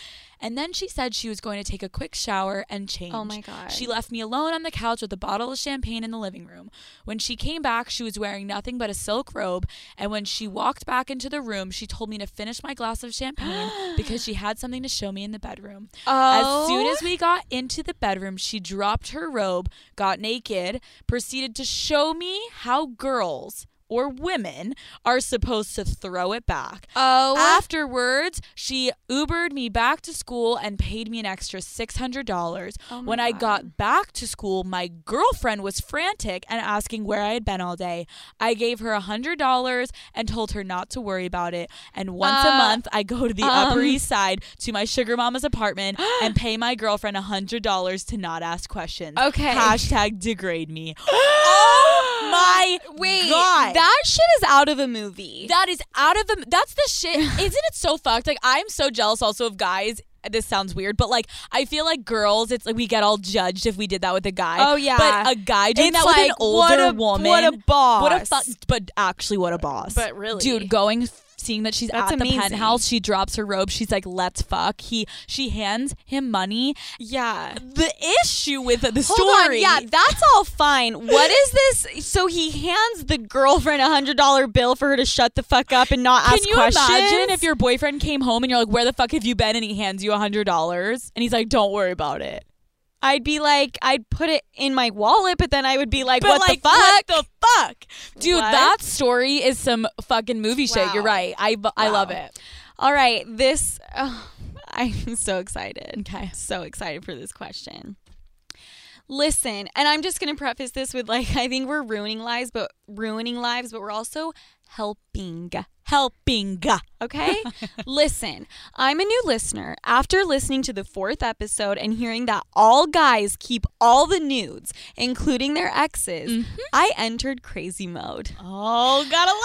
B: and then she said she was going to take a quick shower and change.
C: Oh my God.
B: She left me alone on the couch with a bottle of champagne in the living room. When she came back, she was wearing nothing but a silk robe and when she walked back into the room, she told me to finish my glass of champagne because she had something to show me in the bedroom. As
C: Oh.
B: soon as we got into the bedroom, she dropped her robe, got naked, proceeded to show me how girls or women are supposed to throw it back.
C: Oh.
B: Afterwards, she Ubered me back to school and paid me an extra $600. when I got back to school, my girlfriend was frantic and asking where I had been all day. I gave her $100 and told her not to worry about it. And once
C: Uh,
B: a
C: um,
B: month, I go to the Upper East Side to my sugar mama's apartment and pay my girlfriend $100 to not ask questions.
C: Okay.
B: Hashtag degrade me. oh my
C: Wait,
B: God.
C: that shit is out of a movie.
B: That is out of the. That's the shit. Isn't it so fucked? Like I'm so jealous also of guys. This sounds weird, but like I feel like girls, it's like we get all judged if we did that with a guy.
C: Oh, yeah.
B: but a guy doing
C: It's
B: that with an
C: like,
B: older
C: what a-
B: woman,
C: what a boss.
B: what a fuck. But actually, what a boss.
C: But really.
B: dude, going seeing that she's
C: That's
B: at
C: amazing.
B: the penthouse, she drops her robe. She's like, "Let's fuck." He she hands him money.
C: yeah.
B: The issue with the
C: Hold
B: story,
C: on, yeah, that's all fine. What is this? So he hands the girlfriend a hundred dollar bill for her to shut the fuck up and not
B: Can
C: ask
B: you
C: questions.
B: imagine if your boyfriend came home and you're like, "Where the fuck have you been?" and he hands you a hundred dollars and he's like, "Don't worry about it."
C: I'd be like, I'd put it in my wallet, but then I would be like,
B: But
C: what
B: like,
C: the fuck?
B: what the fuck, dude?
C: What?
B: That story is some fucking movie shit. You're
C: Wow.
B: right. I I love
C: Wow.
B: it.
C: All right, this oh, I'm so excited.
B: Okay.
C: So excited for this question. Listen, and I'm just going to preface this with like I think we're ruining lives, but ruining lives, but we're also helping.
B: Helping.
C: Okay? Listen, I'm a new listener. After listening to the fourth episode and hearing that all guys keep all the nudes, including their exes, I entered crazy mode.
B: Oh, gotta love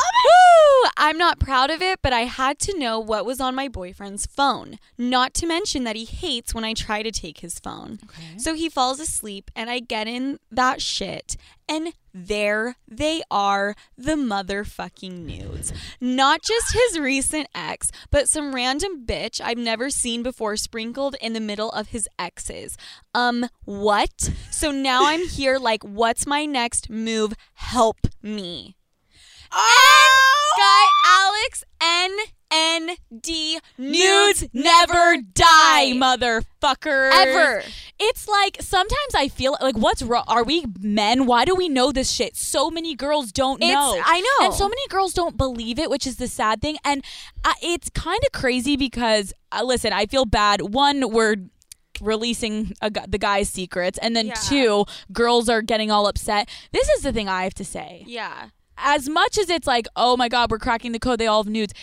C: Woo! I'm not proud of it, but I had to know what was on my boyfriend's phone. Not to mention that he hates when I try to take his phone. So he falls asleep, and I get in that shit, and there they are the motherfucking nudes. Not just his recent ex, but some random bitch I've never seen before sprinkled in the middle of his exes. Um, what? So now I'm here, like, what's my next move? Help me.
B: Oh!
C: Guy Alex N N D nudes
B: Nudes never
C: die.
B: die, motherfucker.
C: ever.
B: It's like sometimes I feel like, what's wrong? Are we men? Why do we know this shit? So many girls don't
C: It's-
B: know.
C: I know.
B: and so many girls don't believe it, which is the sad thing. And uh, it's kind of crazy because uh, listen, I feel bad. One, we're releasing a, gu- the guy's secrets, and then
C: Yeah.
B: two, girls are getting all upset. This is the thing I have to say.
C: Yeah.
B: As much as it's like, oh my god, we're cracking the code. They all have nudes.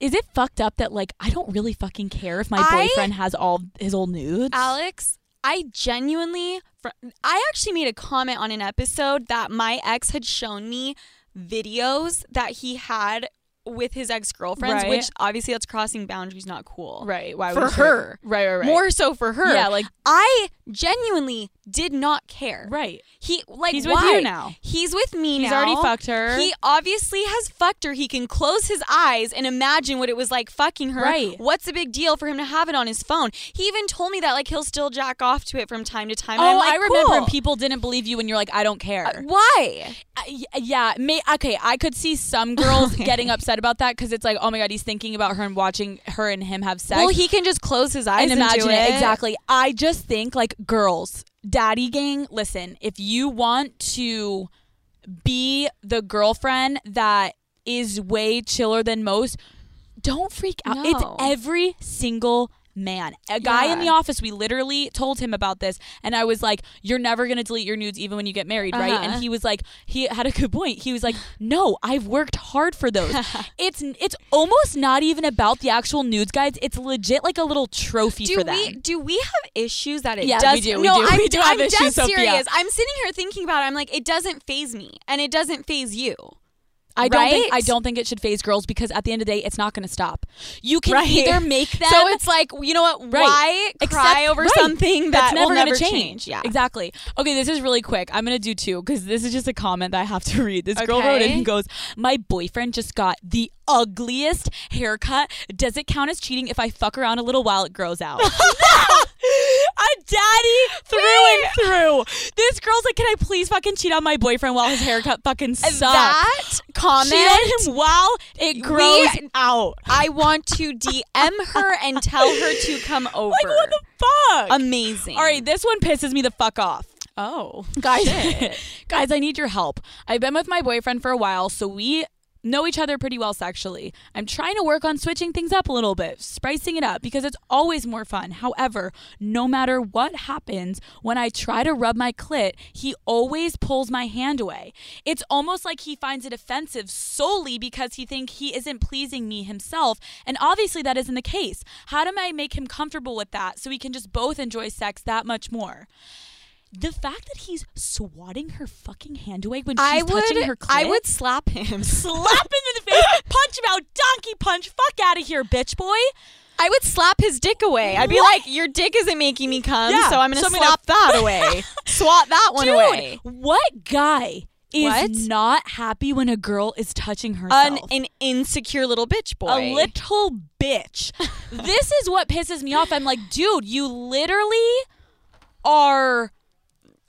B: Is it fucked up that like I don't really fucking care if my
C: I-
B: boyfriend has all his old nudes?
C: Alex, I genuinely fr- I actually made a comment on an episode that my ex had shown me videos that he had with his ex-girlfriends,
B: Right.
C: which obviously that's crossing boundaries, not cool.
B: Right. Why
C: For
B: would you-
C: her.
B: Right. Right. Right.
C: More so for her.
B: Yeah. Like
C: I genuinely did not care.
B: Right.
C: He like
B: He's with
C: why?
B: you now.
C: He's with me
B: He's
C: now.
B: already fucked her.
C: He obviously has fucked her. He can close his eyes and imagine what it was like fucking her.
B: Right.
C: What's a big deal for him to have it on his phone? He even told me that like he'll still jack off to it from time to time. And I'm
B: oh,
C: like,
B: I remember
C: cool.
B: when people didn't believe you, and you're like, I don't care.
C: Why?
B: I- Uh, y- yeah, may, okay. I could see some girls getting upset about that because it's like, oh my god, he's thinking about her and watching her and him have sex.
C: Well, he can just close his eyes
B: and
C: and,
B: imagine
C: do
B: it.
C: it.
B: exactly. I just think like girls, daddy gang. Listen, if you want to be the girlfriend that is way chiller than most, don't freak out. It's
C: No.
B: every single man. A guy in
C: Yeah.
B: the office, we literally told him about this, and I was like, "You're never gonna delete your nudes even when you get married, right?"
C: Uh-huh.
B: And he was like, he had a good point. He was like, "No, I've worked hard for those. it's it's almost not even about the actual nudes, guys. It's legit like a little trophy
C: Do
B: for them."
C: we do we have issues that it
B: Yeah, we
C: does?
B: do, we
C: No,
B: do,
C: I'm,
B: we do
C: I'm
B: have issues,
C: dead
B: Sophia.
C: serious. I'm sitting here thinking about it. I'm like, it doesn't phase me, and it doesn't phase you.
B: I don't think
C: Right?
B: I don't think it should phase girls because at the end of the day, it's not going to stop. You can
C: Right.
B: either make them.
C: so it's like, you know what?
B: Right.
C: Why cry
B: Accept-
C: over
B: right.
C: something
B: that's
C: that
B: never
C: will
B: gonna
C: never
B: change.
C: Yeah,
B: exactly. Okay, this is really quick. I'm gonna do two because this is just a comment that I have to read. This girl wrote it
C: Okay.
B: and goes, "My boyfriend just got the ugliest haircut. Does it count as cheating if I fuck around a little while it grows out?" a daddy through and through. This girl's like, "Can I please fucking cheat on my boyfriend while his haircut fucking sucks?"
C: That
B: Cheat on
C: comment.
B: him while it grows out.
C: I want to DM her and tell her to come over.
B: Like what the fuck?
C: Amazing.
B: All right, this one pisses me the fuck off.
D: Oh.
B: Guys, guys, I need your help. I've been with my boyfriend for a while, so we know each other pretty well sexually. I'm trying to work on switching things up a little bit, spicing it up because it's always more fun. However, no matter what happens, when I try to rub my clit, he always pulls my hand away. It's almost like he finds it offensive solely because he thinks he isn't pleasing me himself, and obviously that isn't the case. How do I make him comfortable with that so we can just both enjoy sex that much more? The fact that he's swatting her fucking hand away when she's
C: I
B: touching
C: would
B: her clit.
C: I would slap him.
B: slap him in the face, punch him out, donkey punch, fuck out of here, bitch boy.
C: I would slap his dick away. I'd be
B: What?
C: like, your dick isn't making me come,
B: Yeah,
C: so I'm gonna
B: so I'm gonna-
C: slap that away. Swat that one
B: Dude,
C: away.
B: what guy is
C: What?
B: not happy when a girl is touching
C: An,
B: herself?
C: an insecure little bitch boy.
B: A little bitch. this is what pisses me off. I'm like, dude, you literally are.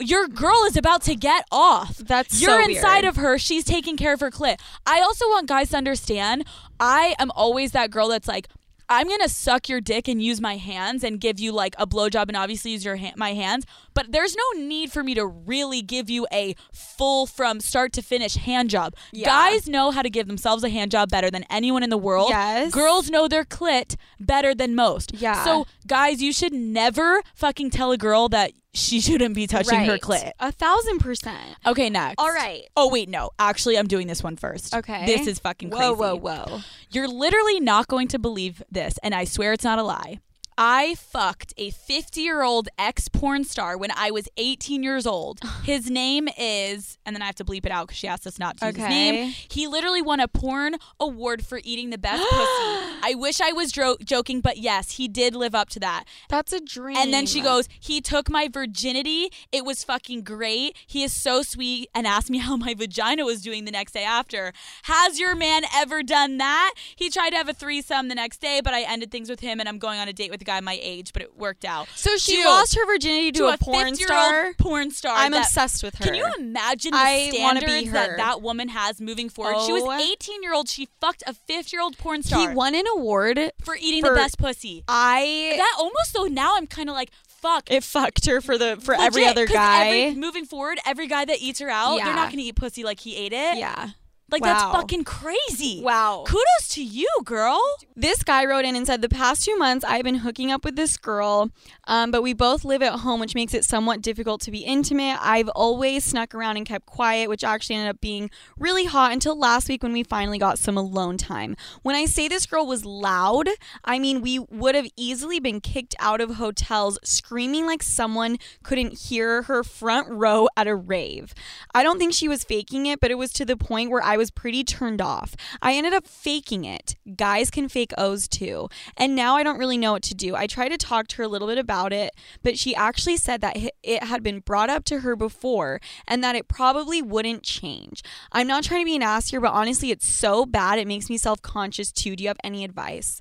B: Your girl is about to get off.
C: That's
B: You're
C: so
B: inside
C: weird.
B: of her. She's taking care of her clit. I also want guys to understand I am always that girl that's like, I'm going to suck your dick and use my hands and give you like a blowjob and obviously use your ha- my hands, but there's no need for me to really give you a full from start to finish hand job.
C: Yeah.
B: Guys know how to give themselves a hand job better than anyone in the world.
C: Yes.
B: Girls know their clit better than most.
C: Yeah.
B: So guys, you should never fucking tell a girl that she shouldn't be touching her
C: Right.
B: clit.
C: A thousand percent.
B: Okay, next.
C: All right.
B: Oh wait, no. Actually, I'm doing this one first.
C: Okay.
B: This is fucking crazy.
C: Whoa, whoa, whoa.
B: You're literally not going to believe this, and I swear it's not a lie. I fucked a 50 year old ex porn star when I was 18 years old. His name is, and then I have to bleep it out because she asked us not to use his
C: Okay.
B: name. He literally won a porn award for eating the best pussy. I wish I was dro- joking, but yes, he did live up to that.
C: That's a dream.
B: And then she goes, He took my virginity. It was fucking great. He is so sweet and asked me how my vagina was doing the next day after. Has your man ever done that? He tried to have a threesome the next day, but I ended things with him and I'm going on a date with a guy my age, but it worked out.
C: So she
B: Dude,
C: lost her virginity to, a, porn
B: 50-year-old
C: star.
B: Porn star.
C: I'm
B: that-
C: obsessed with her.
B: Can you imagine the
C: I wanna be
B: standards that
C: her.
B: that woman has moving forward? She was
C: Oh.
B: 18 year old. She fucked a 50 year old porn
C: He
B: star
C: won an award.
B: for eating
C: for-
B: the best pussy.
C: I
B: That almost though now I'm kind of like fuck.
C: it fucked her for the for every
B: Legit,
C: other
B: 'cause
C: guy.
B: every- moving forward, every guy that eats her out, they're
C: Yeah.
B: not going to eat pussy like he ate it.
C: yeah.
B: Like, that's
C: Wow.
B: fucking crazy.
C: Wow.
B: Kudos to you, girl.
C: This guy wrote in and said, The past two months I've been hooking up with this girl, um, but we both live at home, which makes it somewhat difficult to be intimate. I've always snuck around and kept quiet, which actually ended up being really hot until last week when we finally got some alone time. When I say this girl was loud, I mean, we would have easily been kicked out of hotels screaming like someone couldn't hear her front row at a rave. I don't think she was faking it, but it was to the point where I I was pretty turned off. I ended up faking it. Guys can fake O's too. And now I don't really know what to do. I tried to talk to her a little bit about it, but she actually said that hi- it had been brought up to her before and that it probably wouldn't change. I'm not trying to be an ass here, but honestly, it's so bad. It makes me self conscious too. Do you have any advice?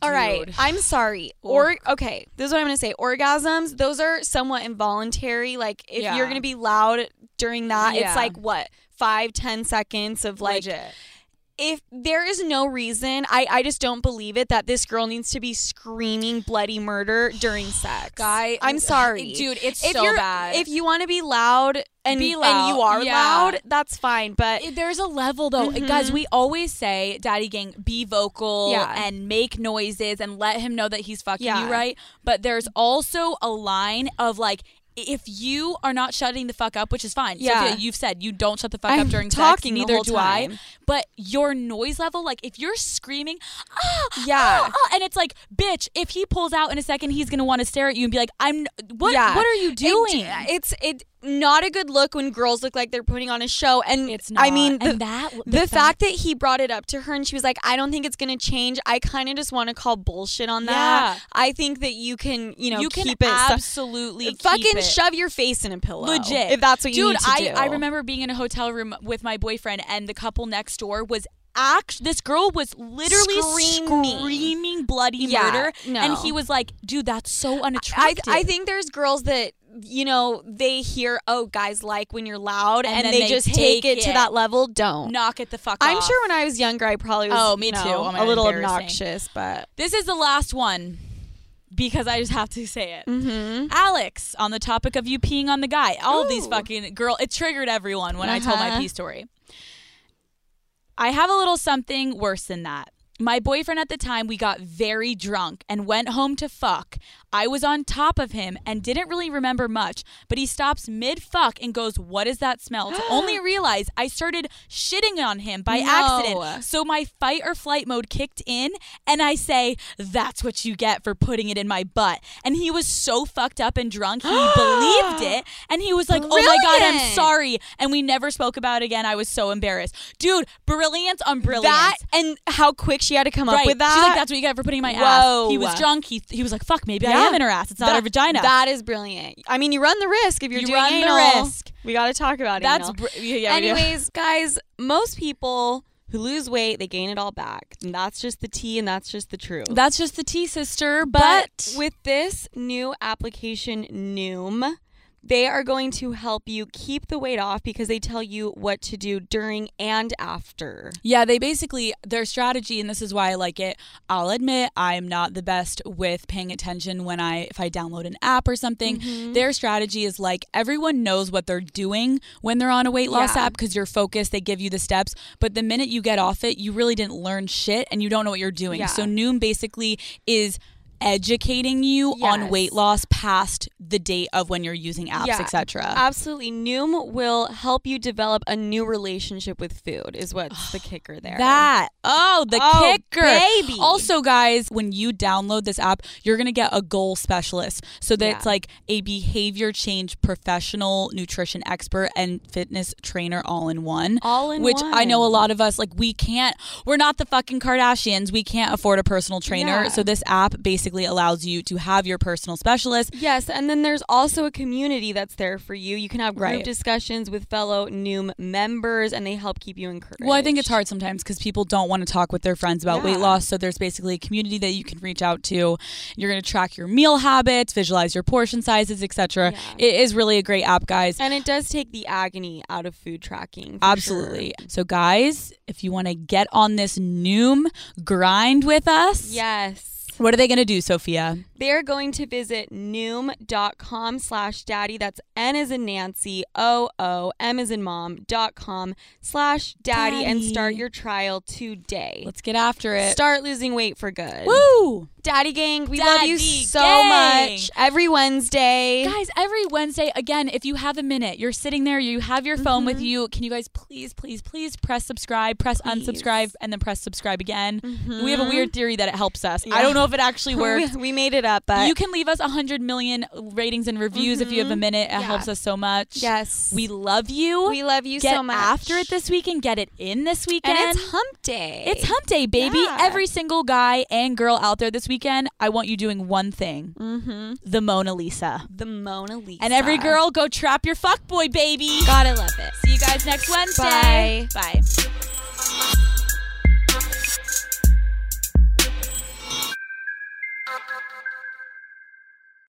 C: All right.
B: Dude.
C: I'm sorry. Or okay, this is what I'm gonna say. Orgasms, those are somewhat involuntary. Like if
B: Yeah.
C: you're gonna be loud during that,
B: Yeah.
C: it's like what five, ten seconds of like.
B: Legit.
C: If there is no reason, I I just don't believe it that this girl needs to be screaming bloody murder during sex.
B: Guy, uh,
C: I'm sorry,
B: dude. It's
C: If
B: so
C: you're
B: bad.
C: if you want to be loud and
B: Be
C: and
B: loud,
C: you are
B: yeah.
C: loud, that's fine. But
B: It- There's a level though, guys. We always say, "Daddy gang, be vocal
C: Yeah.
B: and make noises and let him know that he's fucking
C: Yeah.
B: you right." But there's also a line of like, if you are not shutting the fuck up, which is fine.
C: Yeah.
B: Sophia, you've said you don't shut the fuck
C: I'm
B: up during
C: talking the
B: sex. Neither
C: whole
B: do I.
C: time.
B: But your noise level, like if you're screaming, ah,
C: Yeah.
B: ah, ah," and it's like, bitch, if he pulls out in a second, he's gonna want to stare at you and be like, "I'm what?
C: Yeah.
B: What are you
C: It-
B: doing?"
C: it's it not a good look when girls look like they're putting on a show. And
B: it's not.
C: I mean, the,
B: and that the,
C: the fact that he brought it up to her and she was like, I don't think it's going to change. I kind of just want to call bullshit on that.
B: Yeah.
C: I think that you can, you know,
B: you can
C: keep it. so-
B: absolutely keep
C: fucking
B: it.
C: shove your face in a pillow.
B: Legit.
C: If that's what you
B: Dude,
C: need to
B: I,
C: do.
B: I remember being in a hotel room with my boyfriend, and the couple next door was act. This girl was literally
C: Screaming.
B: screaming, bloody
C: Yeah,
B: murder, and
C: no.
B: he was like, "Dude, that's so
C: I,
B: unattractive."
C: I think there's girls that you know they hear oh guys like when you're loud
B: And
C: and,
B: then
C: they,
B: they
C: just take,
B: take
C: it, to
B: it.
C: that level don't
B: knock it the fuck.
C: I'm
B: off.
C: sure when I was younger I probably was
B: Oh, me
C: you know,
B: too. Oh my
C: a
B: God,
C: little
B: embarrassing.
C: obnoxious but
B: this is the last one because I just have to say it.
C: mm-hmm.
B: Alex, on the topic of you peeing on the guy, all of these
C: Ooh.
B: fucking girl, it triggered everyone when I told my
C: Uh-huh.
B: pee story. I have a little something worse than that. My boyfriend at the time, we got very drunk and went home to fuck. I was on top of him and didn't really remember much, but he stops mid fuck and goes, What is that smell? To only realize I started shitting on him by
C: No.
B: accident. So my fight or flight mode kicked in, and I say, That's what you get for putting it in my butt. And he was so fucked up and drunk, he believed it. And he was like, Oh my God,
C: Brilliant.
B: I'm sorry. And we never spoke about it again. I was so embarrassed. Dude, brilliance on brilliance.
C: that and how quick she had to come up
B: Right.
C: with that.
B: She's like, that's what you get for putting my
C: Whoa.
B: ass. He was drunk. He, he was like, fuck, maybe I
C: Yeah.
B: am in her ass. It's not
C: That-
B: her vagina.
C: That is brilliant. I mean, you run the risk if you're
B: You
C: doing
B: run the
C: anal.
B: risk.
C: We got to talk about it.
B: That's br- yeah, yeah, yeah.
C: Anyways, guys, most people who lose weight, they gain it all back. And that's just the tea and that's just the truth.
B: That's just the tea, sister.
C: but
B: But,
C: with this new application, Noom, they are going to help you keep the weight off because they tell you what to do during and after.
B: yeah, they basically their strategy, and this is why I like it. I'll admit I'm not the best with paying attention when I if I download an app or something.
C: Mm-hmm.
B: Their strategy is like everyone knows what they're doing when they're on a weight loss
C: Yeah.
B: app because you're focused. They give you the steps, but the minute you get off it, you really didn't learn shit and you don't know what you're doing.
C: Yeah.
B: So Noom basically is educating you on
C: Yes.
B: weight loss past the date of when you're using apps,
C: Yeah.
B: etc.
C: Absolutely. Noom will help you develop a new relationship with food, is what's the kicker there.
B: That. Oh, the
C: Oh,
B: kicker.
C: baby.
B: Also, guys, when you download this app, you're going to get a goal specialist. So that's
C: Yeah.
B: like a behavior change professional, nutrition expert, and fitness trainer all in one.
C: All in
B: Which I know a
C: one.
B: lot of us, like, we can't, we're not the fucking Kardashians. We can't afford a personal trainer.
C: Yeah.
B: So this app basically allows you to have your personal specialist.
C: Yes, and then there's also a community that's there for you. You can have group
B: Right.
C: discussions with fellow Noom members, and they help keep you encouraged.
B: Well, I think it's hard sometimes because people don't want to talk with their friends about weight
C: Yeah.
B: loss. So there's basically a community that you can reach out to. You're going to track your meal habits, visualize your portion sizes, etc.
C: Yeah.
B: It is really a great app, guys.
C: and it does take the agony out of food tracking. for
B: Absolutely.
C: sure.
B: So, guys, if you want to get on this Noom grind with us,
C: Yes.
B: what are they going to do, Sophia?
C: They're going to visit noom.com slash daddy. That's N as in Nancy, O O, M as in mom, dot com slash daddy, and
B: Daddy.
C: start your trial today.
B: Let's get after it.
C: start losing weight for good.
B: Woo!
C: Daddy gang, we love you
B: Daddy
C: so
B: gang.
C: much. Every Wednesday.
B: Guys, every Wednesday, again, if you have a minute, you're sitting there, you have your phone
C: Mm-hmm.
B: with you. Can you guys please, please, please press subscribe, press unsubscribe, and then press subscribe again? Mm-hmm. We have a weird theory that it helps us. I don't know know if it actually works.
C: Mm-hmm. We, we made it up, but Mm-hmm.
B: you can leave us 100 million ratings and reviews if you have a minute. It
C: Yeah.
B: helps us so much.
C: yes,
B: We love you.
C: we love you
B: get
C: so much.
B: after it this week and get it in this
C: and
B: weekend.
C: it's Hump Day.
B: It's hump day, baby.
C: Yeah.
B: Every single guy and girl out there this weekend, I want you doing one thing
C: mm-hmm.
B: the Mona Lisa.
C: the Mona Lisa.
B: And every girl, go trap your fuckboy, baby.
C: gotta love it.
B: See you guys next Wednesday.
C: Bye.
B: Bye.